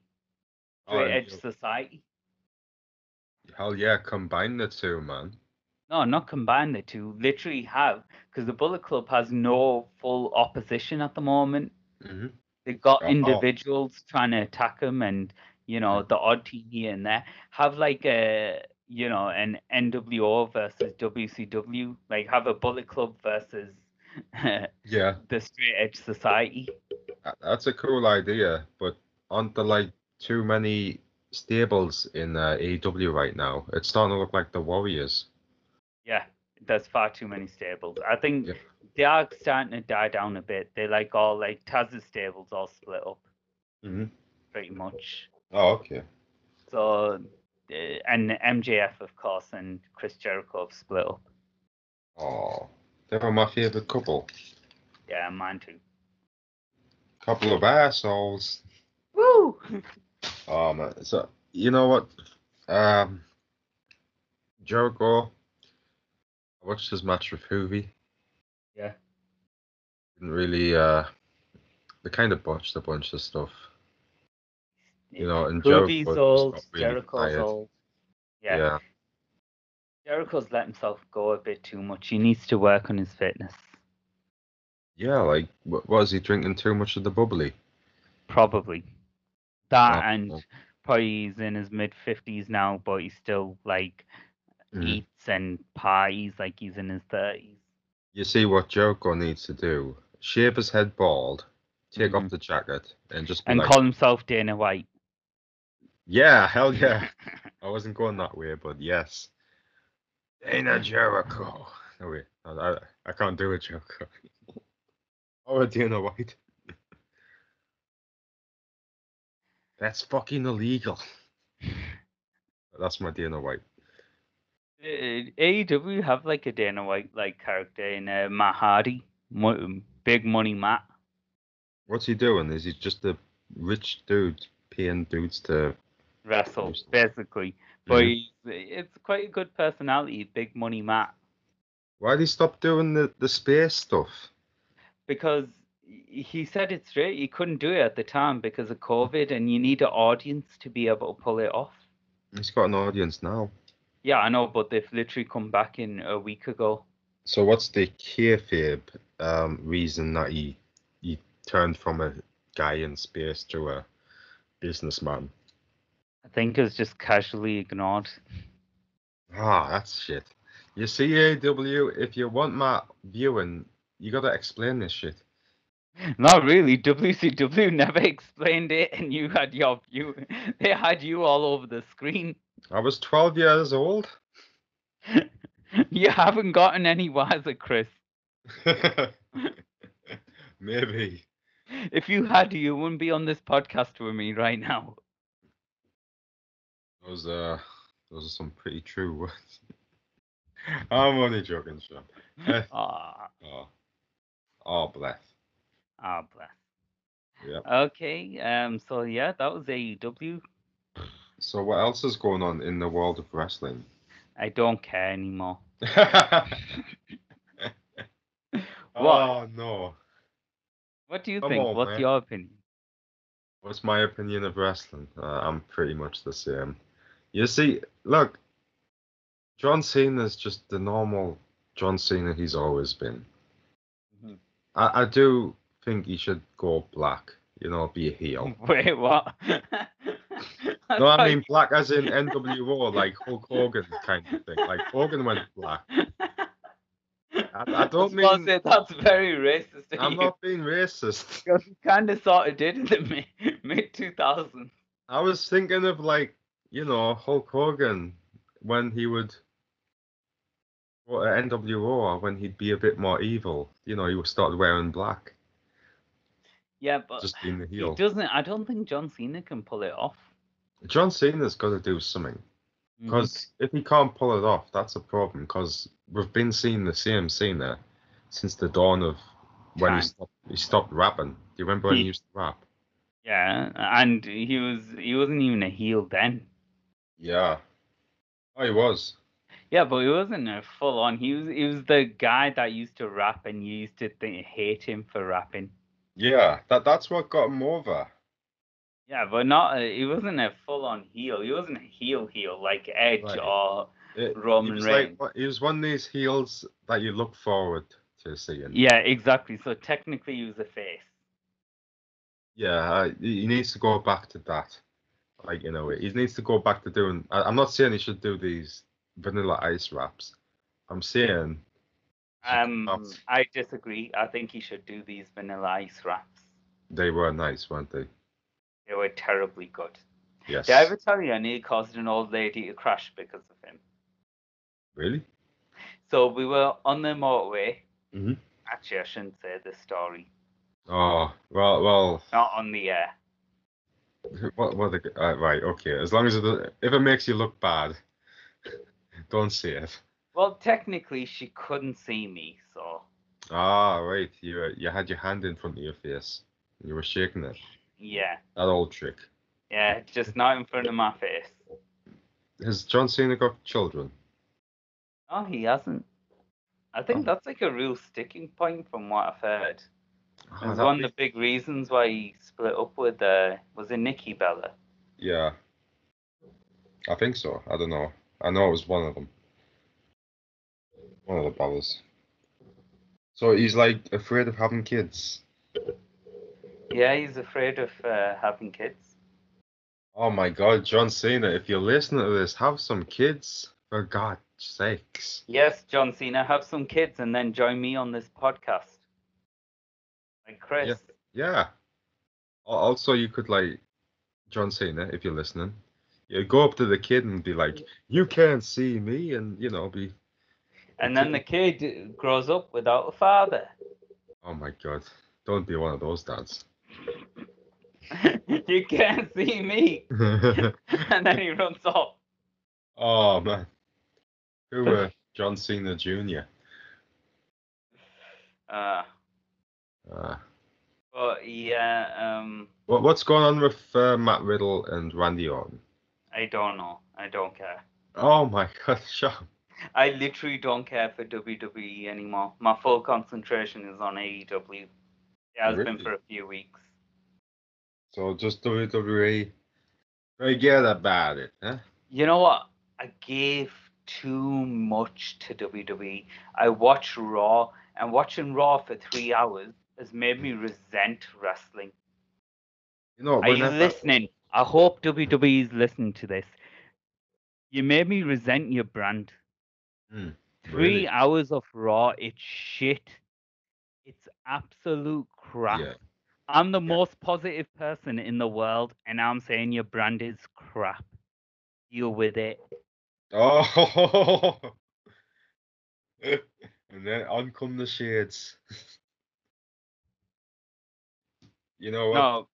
Speaker 2: Oh,
Speaker 1: Straight
Speaker 2: and
Speaker 1: Edge
Speaker 2: you-
Speaker 1: Society.
Speaker 2: Hell yeah, combine the two, man.
Speaker 1: No, not combine the two. Literally have because the Bullet Club has no full opposition at the moment.
Speaker 2: Mm-hmm.
Speaker 1: They've got
Speaker 2: Oh.
Speaker 1: individuals trying to attack him and, you know, the odd team here and there. Have like a, you know, an NWO versus WCW. Like have a Bullet Club versus the
Speaker 2: Yeah,
Speaker 1: Straight Edge Society.
Speaker 2: tha- that's a cool idea, but onto like too many stables in uh, AEW right now. It's starting to look like the Warriors.
Speaker 1: Yeah, there's far too many stables. I think
Speaker 2: Yeah.
Speaker 1: they are starting to die down a bit. They're like all like Taz's stables all split up
Speaker 2: Mm-hmm.
Speaker 1: pretty much.
Speaker 2: Oh, okay.
Speaker 1: So uh, and MJF of course and Chris Jericho have split up.
Speaker 2: Oh, they were my favorite couple.
Speaker 1: Yeah, mine too.
Speaker 2: Couple of assholes.
Speaker 1: Woo!
Speaker 2: Oh man. So you know what? Um, Jericho. I watched his match with Hoovy.
Speaker 1: Yeah.
Speaker 2: Didn't really. Uh, they kind of botched a bunch of stuff. You know, and
Speaker 1: Ruby's
Speaker 2: Jericho
Speaker 1: old,
Speaker 2: just got really
Speaker 1: Jericho's
Speaker 2: tired.
Speaker 1: old.
Speaker 2: Yeah.
Speaker 1: Yeah. Jericho's let himself go a bit too much. He needs to work on his fitness.
Speaker 2: Yeah, like what was he drinking too much of the bubbly?
Speaker 1: Probably. That
Speaker 2: Yeah.
Speaker 1: and probably he's in his mid fifties now, but he still like
Speaker 2: Mhm.
Speaker 1: eats and parties like he's in his thirties.
Speaker 2: You see what Jericho needs to do: shave his head bald, take off the jacket, and just be
Speaker 1: Mm-hmm. And
Speaker 2: like,
Speaker 1: call himself Dana White.
Speaker 2: "Yeah, hell yeah." I wasn't going that way, but yes. Dana Jericho. No wait, I, I, I can't do a Jericho. oh, a Dana White. That's fucking illegal. That's my Dana White.
Speaker 1: Uh, AEW have like a Dana White like character in uh, Matt Hardy, Mo- Big Money Matt.
Speaker 2: What's he doing? Is he just a rich dude paying dudes to?
Speaker 1: wrestle,
Speaker 2: Understand.
Speaker 1: basically. But he's,
Speaker 2: Mm-hmm.
Speaker 1: it's quite a good personality, Big Money Matt,
Speaker 2: Why did he stop doing the the space stuff?
Speaker 1: because he he said it straight. He couldn't do it at the time because of COVID, and you need an audience to be able to pull it off.
Speaker 2: He's got an audience now.
Speaker 1: Yeah, I know, but they've literally come back in a week ago.
Speaker 2: So what's the kayfabe um, reason that he he turned from a guy in space to a businessman?
Speaker 1: I think it was just casually ignored.
Speaker 2: Ah, that's shit. You see, AW, if you want my viewing, you gotta explain this shit.
Speaker 1: Not really. WCW never explained it, and you had your you. They had you all over the screen.
Speaker 2: I was 12 years old.
Speaker 1: You haven't gotten any wiser, Chris.
Speaker 2: Maybe.
Speaker 1: If you had, you wouldn't be on this podcast with me right now.
Speaker 2: Those uh, those are some pretty true words. I'm only joking, Sean. Eh,
Speaker 1: Ah,
Speaker 2: oh, oh, bless.
Speaker 1: ah, bless.
Speaker 2: Yep.
Speaker 1: Okay. Um. So yeah, that was E AEW.
Speaker 2: So what else is going on in the world of wrestling?
Speaker 1: I don't care anymore.
Speaker 2: Oh no!
Speaker 1: What do you
Speaker 2: Come
Speaker 1: think?
Speaker 2: on,
Speaker 1: What's
Speaker 2: man.
Speaker 1: your opinion?
Speaker 2: What's my opinion of wrestling? Uh, I'm pretty much the same. You see, look, John Cena's just the normal John Cena he's always been.
Speaker 1: Mhm.
Speaker 2: I, I do think he should go black. You know, be a heel.
Speaker 1: Wait, what? I
Speaker 2: No, I
Speaker 1: thought
Speaker 2: mean black as in NWO, like Hulk Hogan kind of thing. Like Hogan went black.
Speaker 1: you-
Speaker 2: I, I don't
Speaker 1: was gonna
Speaker 2: mean
Speaker 1: say, that's very racist. of
Speaker 2: I'm
Speaker 1: you.
Speaker 2: not being racist.
Speaker 1: Because you kind of sort of did in the mid two thousands.
Speaker 2: I was thinking of like, you know, Hulk Hogan when he would well, at NWO when he'd be a bit more evil. You know, he would start wearing black,
Speaker 1: Yeah, but
Speaker 2: just being the
Speaker 1: he
Speaker 2: heel.
Speaker 1: doesn't. I don't think John Cena can pull it off. Mm,
Speaker 2: John Cena's got to do something
Speaker 1: Mm-hmm.
Speaker 2: because if he can't pull it off, that's a problem. Because we've been seeing the same Cena since the dawn of when
Speaker 1: Time.
Speaker 2: he stopped, he stopped rapping. Do you remember when he
Speaker 1: He-
Speaker 2: used to rap?
Speaker 1: Yeah, and he was he wasn't even a heel then.
Speaker 2: Yeah. Oh, he was.
Speaker 1: Yeah, but he wasn't a full on. He was he was the guy that used to rap, and you used to think, hate him for rapping.
Speaker 2: Yeah, that that's what got him over.
Speaker 1: Yeah, but not a, he wasn't a full on heel. He wasn't a heel heel like Edge
Speaker 2: Right.
Speaker 1: or
Speaker 2: It-
Speaker 1: Roman
Speaker 2: he was
Speaker 1: Reigns.
Speaker 2: Like, he was one of these heels that you look forward to seeing.
Speaker 1: yeah, exactly. So technically, he was a face.
Speaker 2: Yeah, I, he needs to go back to that. Like you know, he needs to go back to doing. I, I'm not saying he should do these vanilla ice wraps. I'm saying
Speaker 1: Um,
Speaker 2: That's-
Speaker 1: I disagree. I think he should do these vanilla ice raps.
Speaker 2: they were nice, weren't they?
Speaker 1: They were terribly good.
Speaker 2: Yes.
Speaker 1: Did I ever tell you I nearly caused an old lady to crash because of him?
Speaker 2: Really?
Speaker 1: So we were on the motorway.
Speaker 2: Mhm.
Speaker 1: Actually, I shouldn't say this story.
Speaker 2: Oh well, well,
Speaker 1: Not on the air.
Speaker 2: what, what the, uh, right? Okay, as long as it if it makes you look bad, don't say it.
Speaker 1: Well, technically, she couldn't see me, so
Speaker 2: Ah, right. You you had your hand in front of your face. And you were shaking it.
Speaker 1: yeah,
Speaker 2: That old trick.
Speaker 1: yeah, just not in front of my face.
Speaker 2: Has John Cena got children?
Speaker 1: No, he hasn't. I think
Speaker 2: Oh.
Speaker 1: that's like a real sticking point from what I've heard. It
Speaker 2: Ah,
Speaker 1: was
Speaker 2: that
Speaker 1: one
Speaker 2: ma-
Speaker 1: of the big reasons why he split up with uh was it Nikki Bella?
Speaker 2: Yeah. I think so. I don't know. I know it was one of them. One of the brothers. So he's like afraid of having kids.
Speaker 1: Yeah, he's afraid of uh, having kids.
Speaker 2: Oh my god, John Cena, if you're listening to this, have some kids. For God's sakes.
Speaker 1: Yes, John Cena, have some kids and then join me on this podcast. Like Chris.
Speaker 2: Yeah. Al- Also, you could like, John Cena, if you're listening, you go up to the kid and be like, you can't see me, and you know, be,
Speaker 1: And then the kid grows up without a father.
Speaker 2: oh my god, don't be one of those dads.
Speaker 1: you can't see me. And then he runs off.
Speaker 2: Oh man, who uh, John Cena Jr.
Speaker 1: Uh,
Speaker 2: Uh,
Speaker 1: but yeah, um,
Speaker 2: what what's going on with uh, Matt Riddle and Randy Orton?
Speaker 1: I don't know. I don't care.
Speaker 2: Oh my God, Sean.
Speaker 1: I literally don't care for WWE anymore. My full concentration is on AEW. It has been
Speaker 2: Really?
Speaker 1: for a few weeks.
Speaker 2: So just WWE, forget about it, huh?
Speaker 1: You know what? I gave too much to WWE. I watch Raw, and watching Raw for three hours has made me resent wrestling.
Speaker 2: You know,
Speaker 1: Are you
Speaker 2: whenever-
Speaker 1: listening? I hope WWE is listening to this. You made me resent your brand.
Speaker 2: Hmm,
Speaker 1: Three
Speaker 2: really?
Speaker 1: hours of Raw, it's shit. It's absolute crap.
Speaker 2: Yeah.
Speaker 1: I'm the most positive person in the world, and I'm saying your brand is crap. Deal with it.
Speaker 2: Oh. and then on come the shades. you know what?
Speaker 1: No,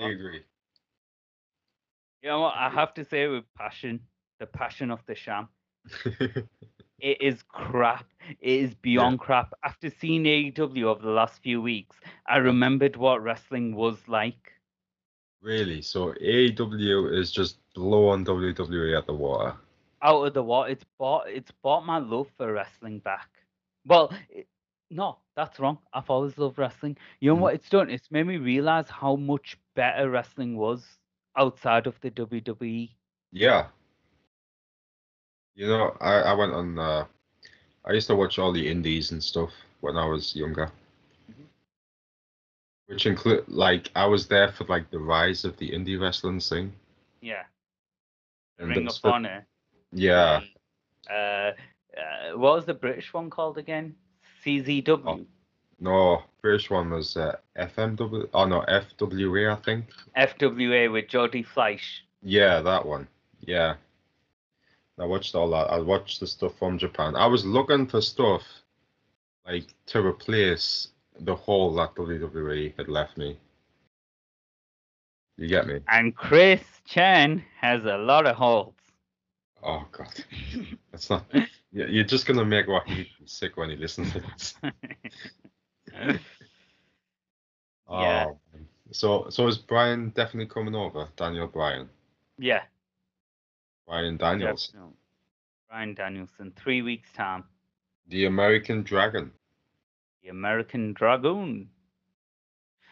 Speaker 1: uh
Speaker 2: I agree.
Speaker 1: you know what? I have to say with passion, the passion of the sham. It is crap. It is beyond crap. After seeing AEW over the last few weeks, I remembered what wrestling was like.
Speaker 2: really? So AEW is just blowing WWE at the water.
Speaker 1: Out of the water, it's bought. It's bought my love for wrestling back. Well, it, no, that's wrong. I've always loved wrestling. You know
Speaker 2: Mhm.
Speaker 1: what it's done? It's made me realize how much better wrestling was outside of the E. WWE.
Speaker 2: Yeah. You know, I, I went on. Uh, I used to watch all the indies and stuff when I was younger,
Speaker 1: Mhm.
Speaker 2: which include like I was there for like the rise of the indie wrestling scene.
Speaker 1: Yeah,
Speaker 2: And
Speaker 1: Ring of
Speaker 2: that's the-
Speaker 1: Honor.
Speaker 2: Yeah,
Speaker 1: Uh, uh, what was the British one called again? CZW.
Speaker 2: Oh. no, first one was uh, FMW. Oh no, FWA, I think.
Speaker 1: FWA with Jody Fleisch.
Speaker 2: Yeah, that one. Yeah. I watched all that. I watched the stuff from Japan. I was looking for stuff like to replace the hole that WWE had left me. You get me?
Speaker 1: And Chris Chen has a lot of holds.
Speaker 2: Oh God, that's not. Yeah, you're just gonna make Wahid sick when he listens to this.
Speaker 1: Yeah.
Speaker 2: Oh, man. so so is Brian definitely coming over? Daniel Bryan,
Speaker 1: yeah.
Speaker 2: Brian Daniels,
Speaker 1: definitely. Brian Danielson, three weeks' time.
Speaker 2: the American Dragon.
Speaker 1: The American Dragoon.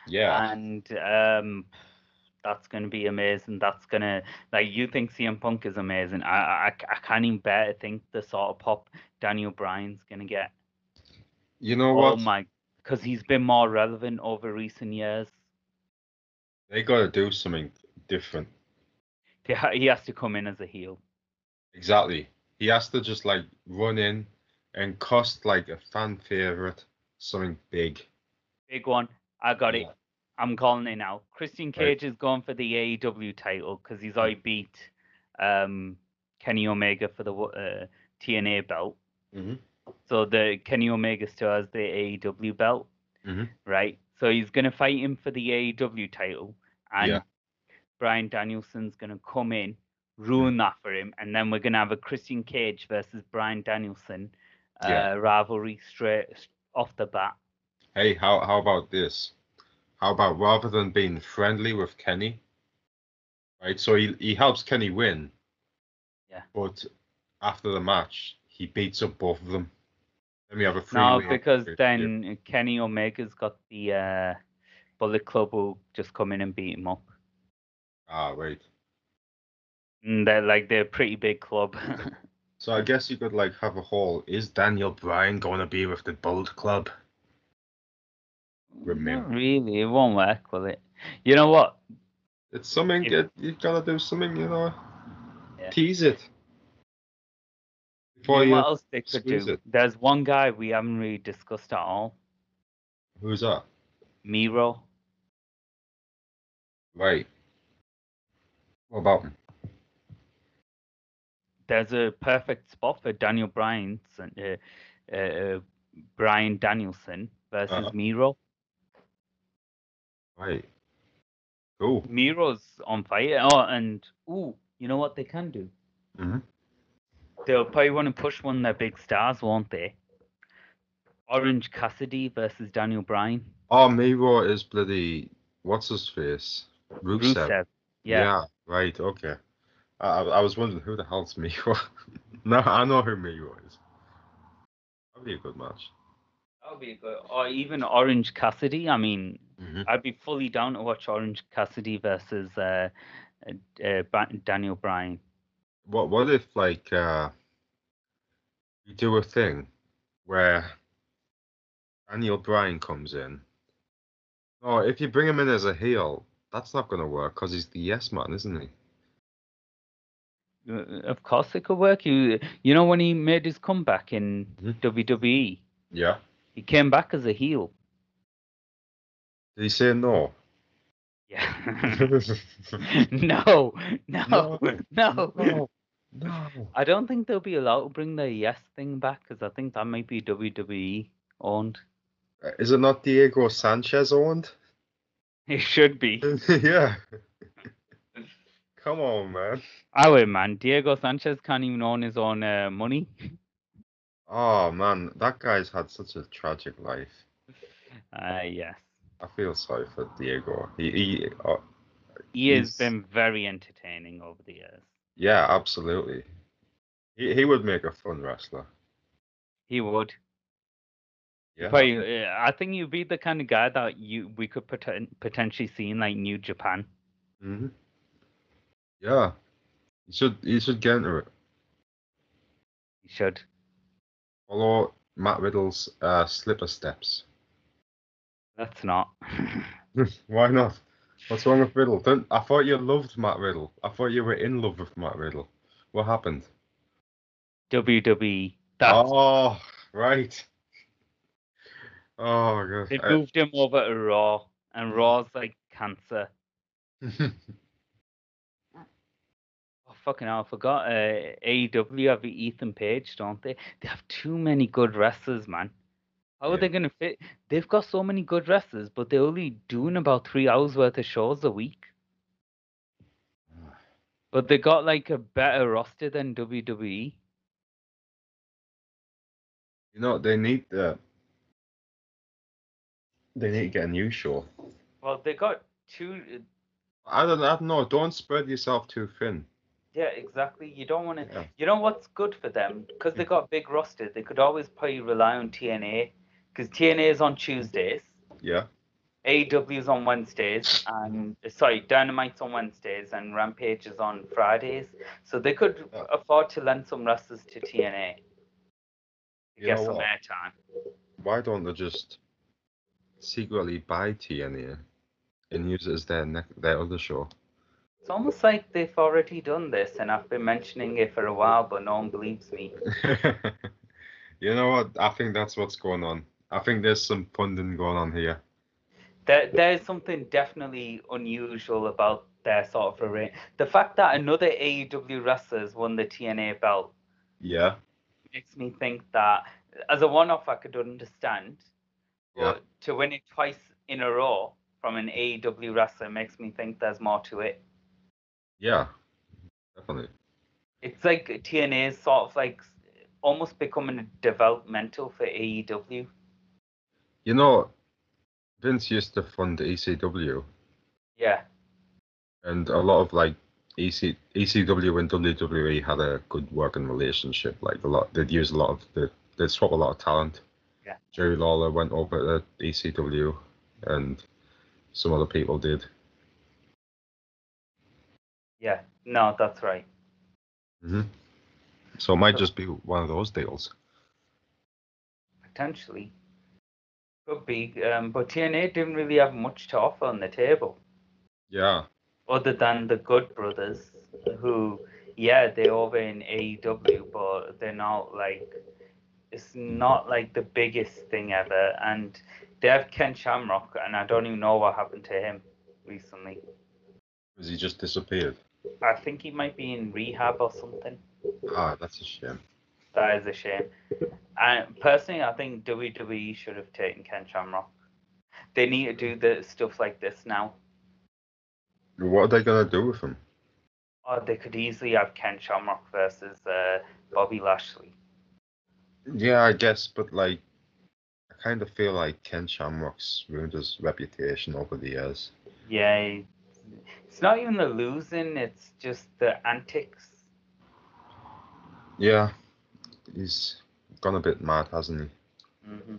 Speaker 2: Yeah.
Speaker 1: And um, that's going to be amazing. That's going to, like, you think CM Punk is amazing. I, I, I can't even bear to think the sort of pop Daniel Bryan's going to get.
Speaker 2: you know
Speaker 1: Oh,
Speaker 2: what?
Speaker 1: my. Because he's been more relevant over recent years.
Speaker 2: They gotta do something different.
Speaker 1: He ha- he has to come in as a heel.
Speaker 2: Exactly. He has to just like run in and cost like a fan favorite something big.
Speaker 1: Big one. I got it.
Speaker 2: Yeah.
Speaker 1: I'm calling it now. Christian
Speaker 2: Right. Hmm.
Speaker 1: Cage is going for the AEW title because he's already beat um, Kenny Omega for the wo- uh, TNA belt. Mm-hmm.
Speaker 2: Mhm.
Speaker 1: So the Kenny Omega still has the AEW belt,
Speaker 2: Mhm.
Speaker 1: right? So he's gonna fight him for the AEW title, and
Speaker 2: Yeah.
Speaker 1: Brian Danielson's gonna come in, ruin that for him, and then we're gonna have a Christian Cage versus Brian Danielson uh,
Speaker 2: Yeah.
Speaker 1: rivalry straight off the bat.
Speaker 2: Hey, how how about this? How about rather than being friendly with Kenny, right? So he he helps Kenny win.
Speaker 1: Yeah.
Speaker 2: But after the match, he beats up both of them. Then we have a three.
Speaker 1: No, because then Kenny Omega's got the uh, Bullet Club will just come in and beat him up.
Speaker 2: Ah, right.
Speaker 1: And they're like they're a pretty big club.
Speaker 2: So I guess you could like have a whole. Is Daniel Bryan going to be with the Bullet Club?
Speaker 1: Not
Speaker 2: Remember,
Speaker 1: really, it won't work, will it? You know what?
Speaker 2: it's something.
Speaker 1: If-
Speaker 2: You, you gotta do something, you know.
Speaker 1: Yeah.
Speaker 2: Tease it.
Speaker 1: You know
Speaker 2: Before you,
Speaker 1: what else they could
Speaker 2: squeeze
Speaker 1: do?
Speaker 2: it.
Speaker 1: There's one guy we haven't really discussed at all,
Speaker 2: who's that?
Speaker 1: Miro.
Speaker 2: Right. What about him?
Speaker 1: There's a perfect spot for Daniel Bryan, uh, uh, uh, Brian Danielson versus
Speaker 2: Uh-huh.
Speaker 1: Miro.
Speaker 2: Right. Cool.
Speaker 1: Miro's on fire. Oh, and ooh, you know what they can do?
Speaker 2: Mm-hmm.
Speaker 1: They'll probably want to push one of their big stars, won't they? Orange Cassidy versus Daniel Bryan.
Speaker 2: Oh, Miro is bloody. What's his face? Rusev.
Speaker 1: Rusev. Yeah.
Speaker 2: Right. Okay. I, I I was wondering who the hell's Miro. no, I know who Miro is. That'd be a good match.
Speaker 1: That would be good. Or even Orange Cassidy. I mean,
Speaker 2: Mm-hmm.
Speaker 1: I'd be fully down to watch Orange Cassidy versus uh, uh, uh, Ba- Daniel Bryan.
Speaker 2: What What if like uh, you do a thing where Daniel Bryan comes in? Oh, if you bring him in as a heel, that's not gonna work because he's the yes man, isn't he?
Speaker 1: Uh, Of course, it could work. You, you know, when he made his comeback in
Speaker 2: Mhm.
Speaker 1: WWE,
Speaker 2: Yeah.
Speaker 1: he came back as a heel.
Speaker 2: Did he say no?
Speaker 1: Yeah. no, no, no,
Speaker 2: No. No.
Speaker 1: I don't think they'll be allowed to bring the yes thing back because I think that might be WWE owned.
Speaker 2: Uh, Is it not Diego Sanchez owned?
Speaker 1: It should be.
Speaker 2: yeah. Come on, man.
Speaker 1: Oh wait, man, Diego Sanchez can't even own his own uh, money.
Speaker 2: Oh man, that guy's had such a tragic life.
Speaker 1: Uh, yes,
Speaker 2: I feel sorry for Diego. He, he uh,
Speaker 1: he has
Speaker 2: He's-
Speaker 1: been very entertaining over the years.
Speaker 2: yeah, absolutely. He, he would make a fun wrestler.
Speaker 1: He would.
Speaker 2: Yeah.
Speaker 1: Probably, uh, I think you'd be the kind of guy that you we could poten- potentially see in like New Japan.
Speaker 2: hmm Yeah. You should you should get into it.
Speaker 1: He should.
Speaker 2: Follow Matt Riddle's uh, slipper steps.
Speaker 1: That's not.
Speaker 2: Why not? What's wrong with Riddle? Don't I thought you loved Matt Riddle. I thought you were in love with Matt Riddle. What happened?
Speaker 1: WWE. E. That's
Speaker 2: Oh, right. Oh god.
Speaker 1: They
Speaker 2: I-
Speaker 1: moved him over to Raw, and Raw's like cancer. Oh, fucking hell, I forgot. Uh, AEW have Ethan Page, don't they? They have too many good wrestlers, man. How are
Speaker 2: Yeah.
Speaker 1: they going to fit? They've got so many good wrestlers, but they're only doing about three hours worth of shows a week. But they got like a better roster than E. WWE.
Speaker 2: you know they need the they need to get a new show.
Speaker 1: Well, they got two.
Speaker 2: I don't I don't know, don't spread yourself too thin.
Speaker 1: Yeah, exactly. You don't want to.
Speaker 2: Yeah.
Speaker 1: You know what's good for them because they got a big roster. They could always probably rely on TNA because TNA is on Tuesdays,
Speaker 2: Yeah.
Speaker 1: AEW E is on Wednesdays, and sorry, Dynamite's on Wednesdays, and Rampage is on Fridays. So they could
Speaker 2: Yeah.
Speaker 1: afford to lend some wrestlers to TNA to
Speaker 2: You
Speaker 1: get
Speaker 2: know
Speaker 1: some
Speaker 2: what?
Speaker 1: airtime.
Speaker 2: Why don't they just secretly buy TNA and use it as their ne- their other show?
Speaker 1: It's almost like they've already done this, and I've been mentioning it for a while, but no one believes me.
Speaker 2: you know what? I think that's what's going on. I think there's some funding going on here.
Speaker 1: There, there's something definitely unusual about their sort of array. The fact that another E AEW wrestlers won the TNA belt
Speaker 2: Yeah.
Speaker 1: makes me think that as a one-off, I could understand.
Speaker 2: Yeah.
Speaker 1: But to win it twice in a row from an AEW wrestler makes me think there's more to it.
Speaker 2: Yeah. Definitely.
Speaker 1: It's like TNA is sort of like s- almost becoming a developmental for E AEW.
Speaker 2: You know, Vince used to fund ECW,
Speaker 1: Yeah,
Speaker 2: and a lot of like E EC, ECW and WWE had a good working relationship. Like a lot, they'd use a lot of the, they'd swap a lot of talent.
Speaker 1: Yeah.
Speaker 2: Jerry Lawler went over to ECW, and some other people did.
Speaker 1: yeah. No, that's right.
Speaker 2: hmm So it might just be one of those deals.
Speaker 1: Potentially. Could be. Um, but TNA didn't really have much to offer on the table.
Speaker 2: Yeah.
Speaker 1: other than the Good Brothers, who, yeah, they're over in AEW, but they're not like, it's not like the biggest thing ever. And they have Ken Shamrock, and I don't even know what happened to him recently.
Speaker 2: Because he just disappeared.
Speaker 1: I think he might be in rehab or something.
Speaker 2: Ah, that's a shame.
Speaker 1: That is a shame. And personally, I think WWE should have taken Ken Shamrock. They need to do the stuff like this now.
Speaker 2: What are they gonna do with him?
Speaker 1: Or they could easily have Ken Shamrock versus uh, Bobby Lashley.
Speaker 2: Yeah, I guess, but like, I kind of feel like Ken Shamrock's ruined his reputation over the years.
Speaker 1: Yeah, it- it's not even the losing; it's just the antics.
Speaker 2: Yeah, he's gone a bit mad, hasn't he?
Speaker 1: hmm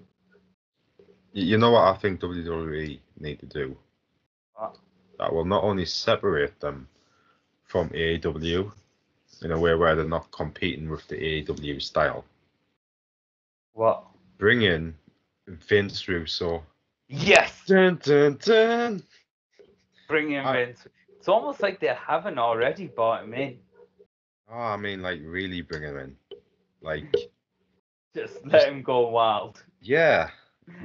Speaker 2: Y- You know what I think WWE need to do?
Speaker 1: What?
Speaker 2: That will not only separate them from AEW in a way where they're not competing with the AEW style.
Speaker 1: What?
Speaker 2: Bring in Vince Russo.
Speaker 1: Yes,
Speaker 2: Dun, dun, dun.
Speaker 1: bring in
Speaker 2: I-
Speaker 1: Vince. It's almost like they haven't already bought him in.
Speaker 2: Oh, I mean, like really bring him in, like.
Speaker 1: Just let him go wild.
Speaker 2: Yeah.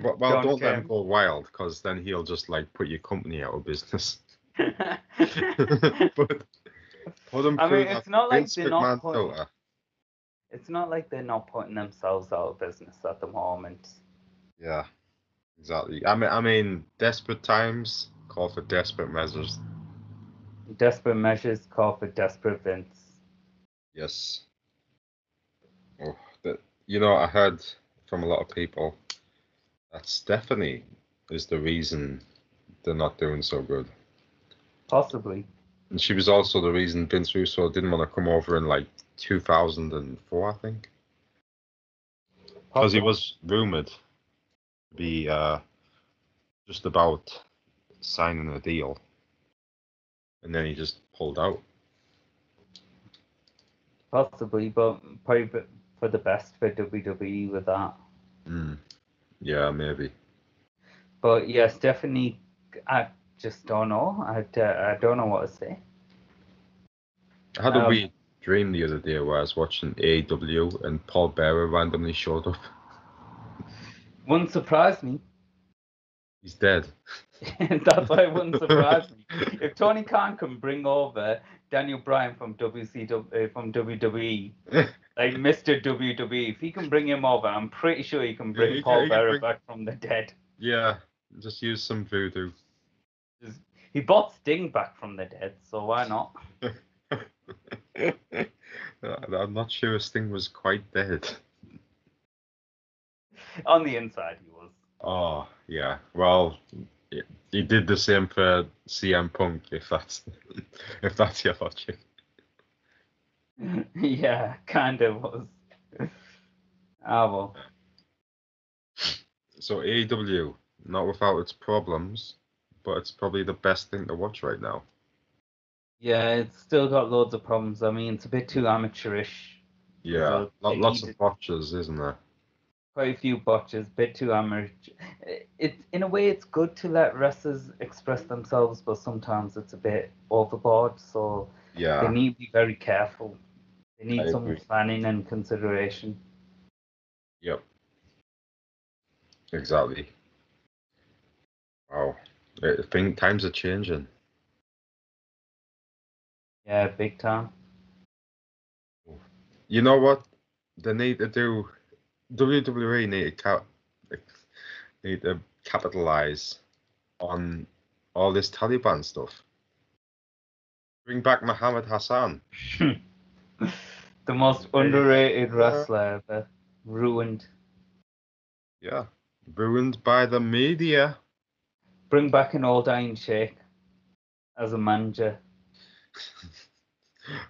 Speaker 2: Well, well
Speaker 1: John
Speaker 2: don't let him
Speaker 1: Kemp.
Speaker 2: go wild because then he'll just like put your company out of business.
Speaker 1: I
Speaker 2: but put him
Speaker 1: mean,
Speaker 2: through
Speaker 1: it's
Speaker 2: that
Speaker 1: not like
Speaker 2: Vince
Speaker 1: they're not
Speaker 2: McMahon
Speaker 1: putting.
Speaker 2: filter.
Speaker 1: It's not like they're not putting themselves out of business at the moment.
Speaker 2: Yeah, exactly. I mean, I mean, desperate times call for desperate measures.
Speaker 1: Desperate measures call for desperate Vince.
Speaker 2: Yes. Oh, that you know, I heard from a lot of people that Stephanie is the reason they're not doing so good.
Speaker 1: Possibly.
Speaker 2: And she was also the reason Vince Russo didn't want to come over in like 2004, I think, because
Speaker 1: Possibly.
Speaker 2: he was rumored to be uh, just about signing a deal, and then he just pulled out.
Speaker 1: Possibly, but probably for the best for WWE with that.
Speaker 2: Yeah, maybe.
Speaker 1: But yeah, Stephanie, I just don't know. I, d- I don't know what to say.
Speaker 2: I had a
Speaker 1: Um,
Speaker 2: weird dream the other day where I was watching AEW and Paul Bearer randomly showed up.
Speaker 1: Wouldn't surprise me.
Speaker 2: He's dead.
Speaker 1: That's why it wouldn't surprise me. If Tony Khan can bring over Daniel Bryan from WCW, uh, from WWE, like Mr. WWE, E, if he can bring him over, I'm pretty sure he can bring
Speaker 2: he can-
Speaker 1: Paul
Speaker 2: he can
Speaker 1: Bearer
Speaker 2: bring-
Speaker 1: back from the dead.
Speaker 2: yeah, just use some voodoo.
Speaker 1: He bought Sting back from the dead, so why not?
Speaker 2: Uh, I'm not sure his thing was quite dead.
Speaker 1: On the inside, he was.
Speaker 2: Oh, yeah. Well, he- he did the same for CM Punk, if that's if that's your logic.
Speaker 1: yeah, kind of was. Ah, well.
Speaker 2: So AEW, not without its problems, but it's probably the best thing to watch right now.
Speaker 1: Yeah, it's still got loads of problems. I mean, it's a bit too amateurish.
Speaker 2: Yeah,
Speaker 1: So
Speaker 2: lo-
Speaker 1: they
Speaker 2: lots
Speaker 1: need
Speaker 2: of watches, isn't there?
Speaker 1: Quite a few botches, bit too amateur. It's in a way, it's good to let wrestlers express themselves, but sometimes it's a bit overboard. So they
Speaker 2: Yeah,
Speaker 1: need to be very careful. They need
Speaker 2: I
Speaker 1: some
Speaker 2: agree.
Speaker 1: planning and consideration.
Speaker 2: yep. Exactly. Wow. I think times are changing.
Speaker 1: Yeah, big time.
Speaker 2: You know what? They need to do. WWE need to cap, need to capitalize on all this Taliban stuff. Bring back Muhammad Hassan.
Speaker 1: The most underrated wrestler ever. Ruined.
Speaker 2: Yeah, ruined by the media.
Speaker 1: Bring back an old Iron Sheikh as a manager.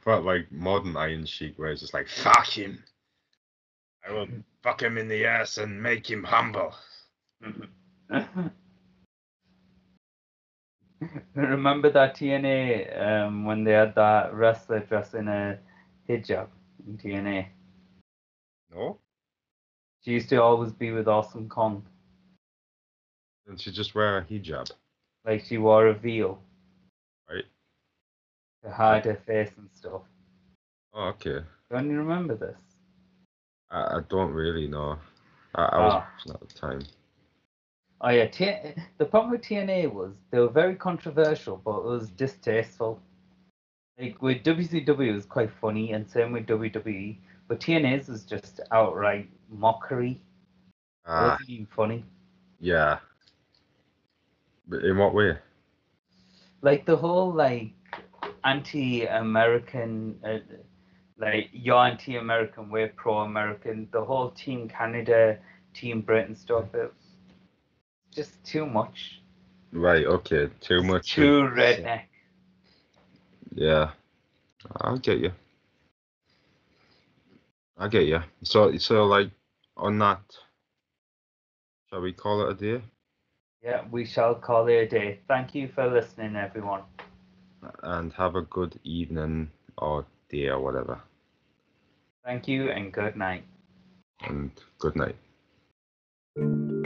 Speaker 2: But like modern Iron Sheik, where it's just like fuck him.
Speaker 3: I will fuck him in the ass and make him humble.
Speaker 1: Mm-hmm. Remember that TNA um, when they had that wrestler dressed in a hijab in TNA?
Speaker 2: no,
Speaker 1: She used to always be with Awesome Kong.
Speaker 2: and she just wear a hijab.
Speaker 1: Like she wore a veil.
Speaker 2: Right.
Speaker 1: To hide her face and stuff.
Speaker 2: Oh, okay.
Speaker 1: Don't you remember this?
Speaker 2: I, I don't really know. I, I was
Speaker 1: Ah.
Speaker 2: not at the time.
Speaker 1: Oh yeah, T- the problem with TNA was they were very controversial, but it was distasteful. Like with WCW, it was quite funny, and same with WWE. But TNA's was just outright mockery. It
Speaker 2: Ah,
Speaker 1: wasn't even funny.
Speaker 2: yeah. But in what way?
Speaker 1: Like the whole like anti-American, uh, like you're anti-American, we're pro-American. The whole Team Canada, Team Britain stuff. It just too much.
Speaker 2: Right. Okay. Too much.
Speaker 1: Too redneck.
Speaker 2: Yeah. I'll get you. I get you. So, so like on that, shall we call it a day?
Speaker 1: Yeah, we shall call it a day. Thank you for listening, everyone.
Speaker 2: And have a good evening or day or whatever.
Speaker 1: Thank you and good night.
Speaker 2: And good night.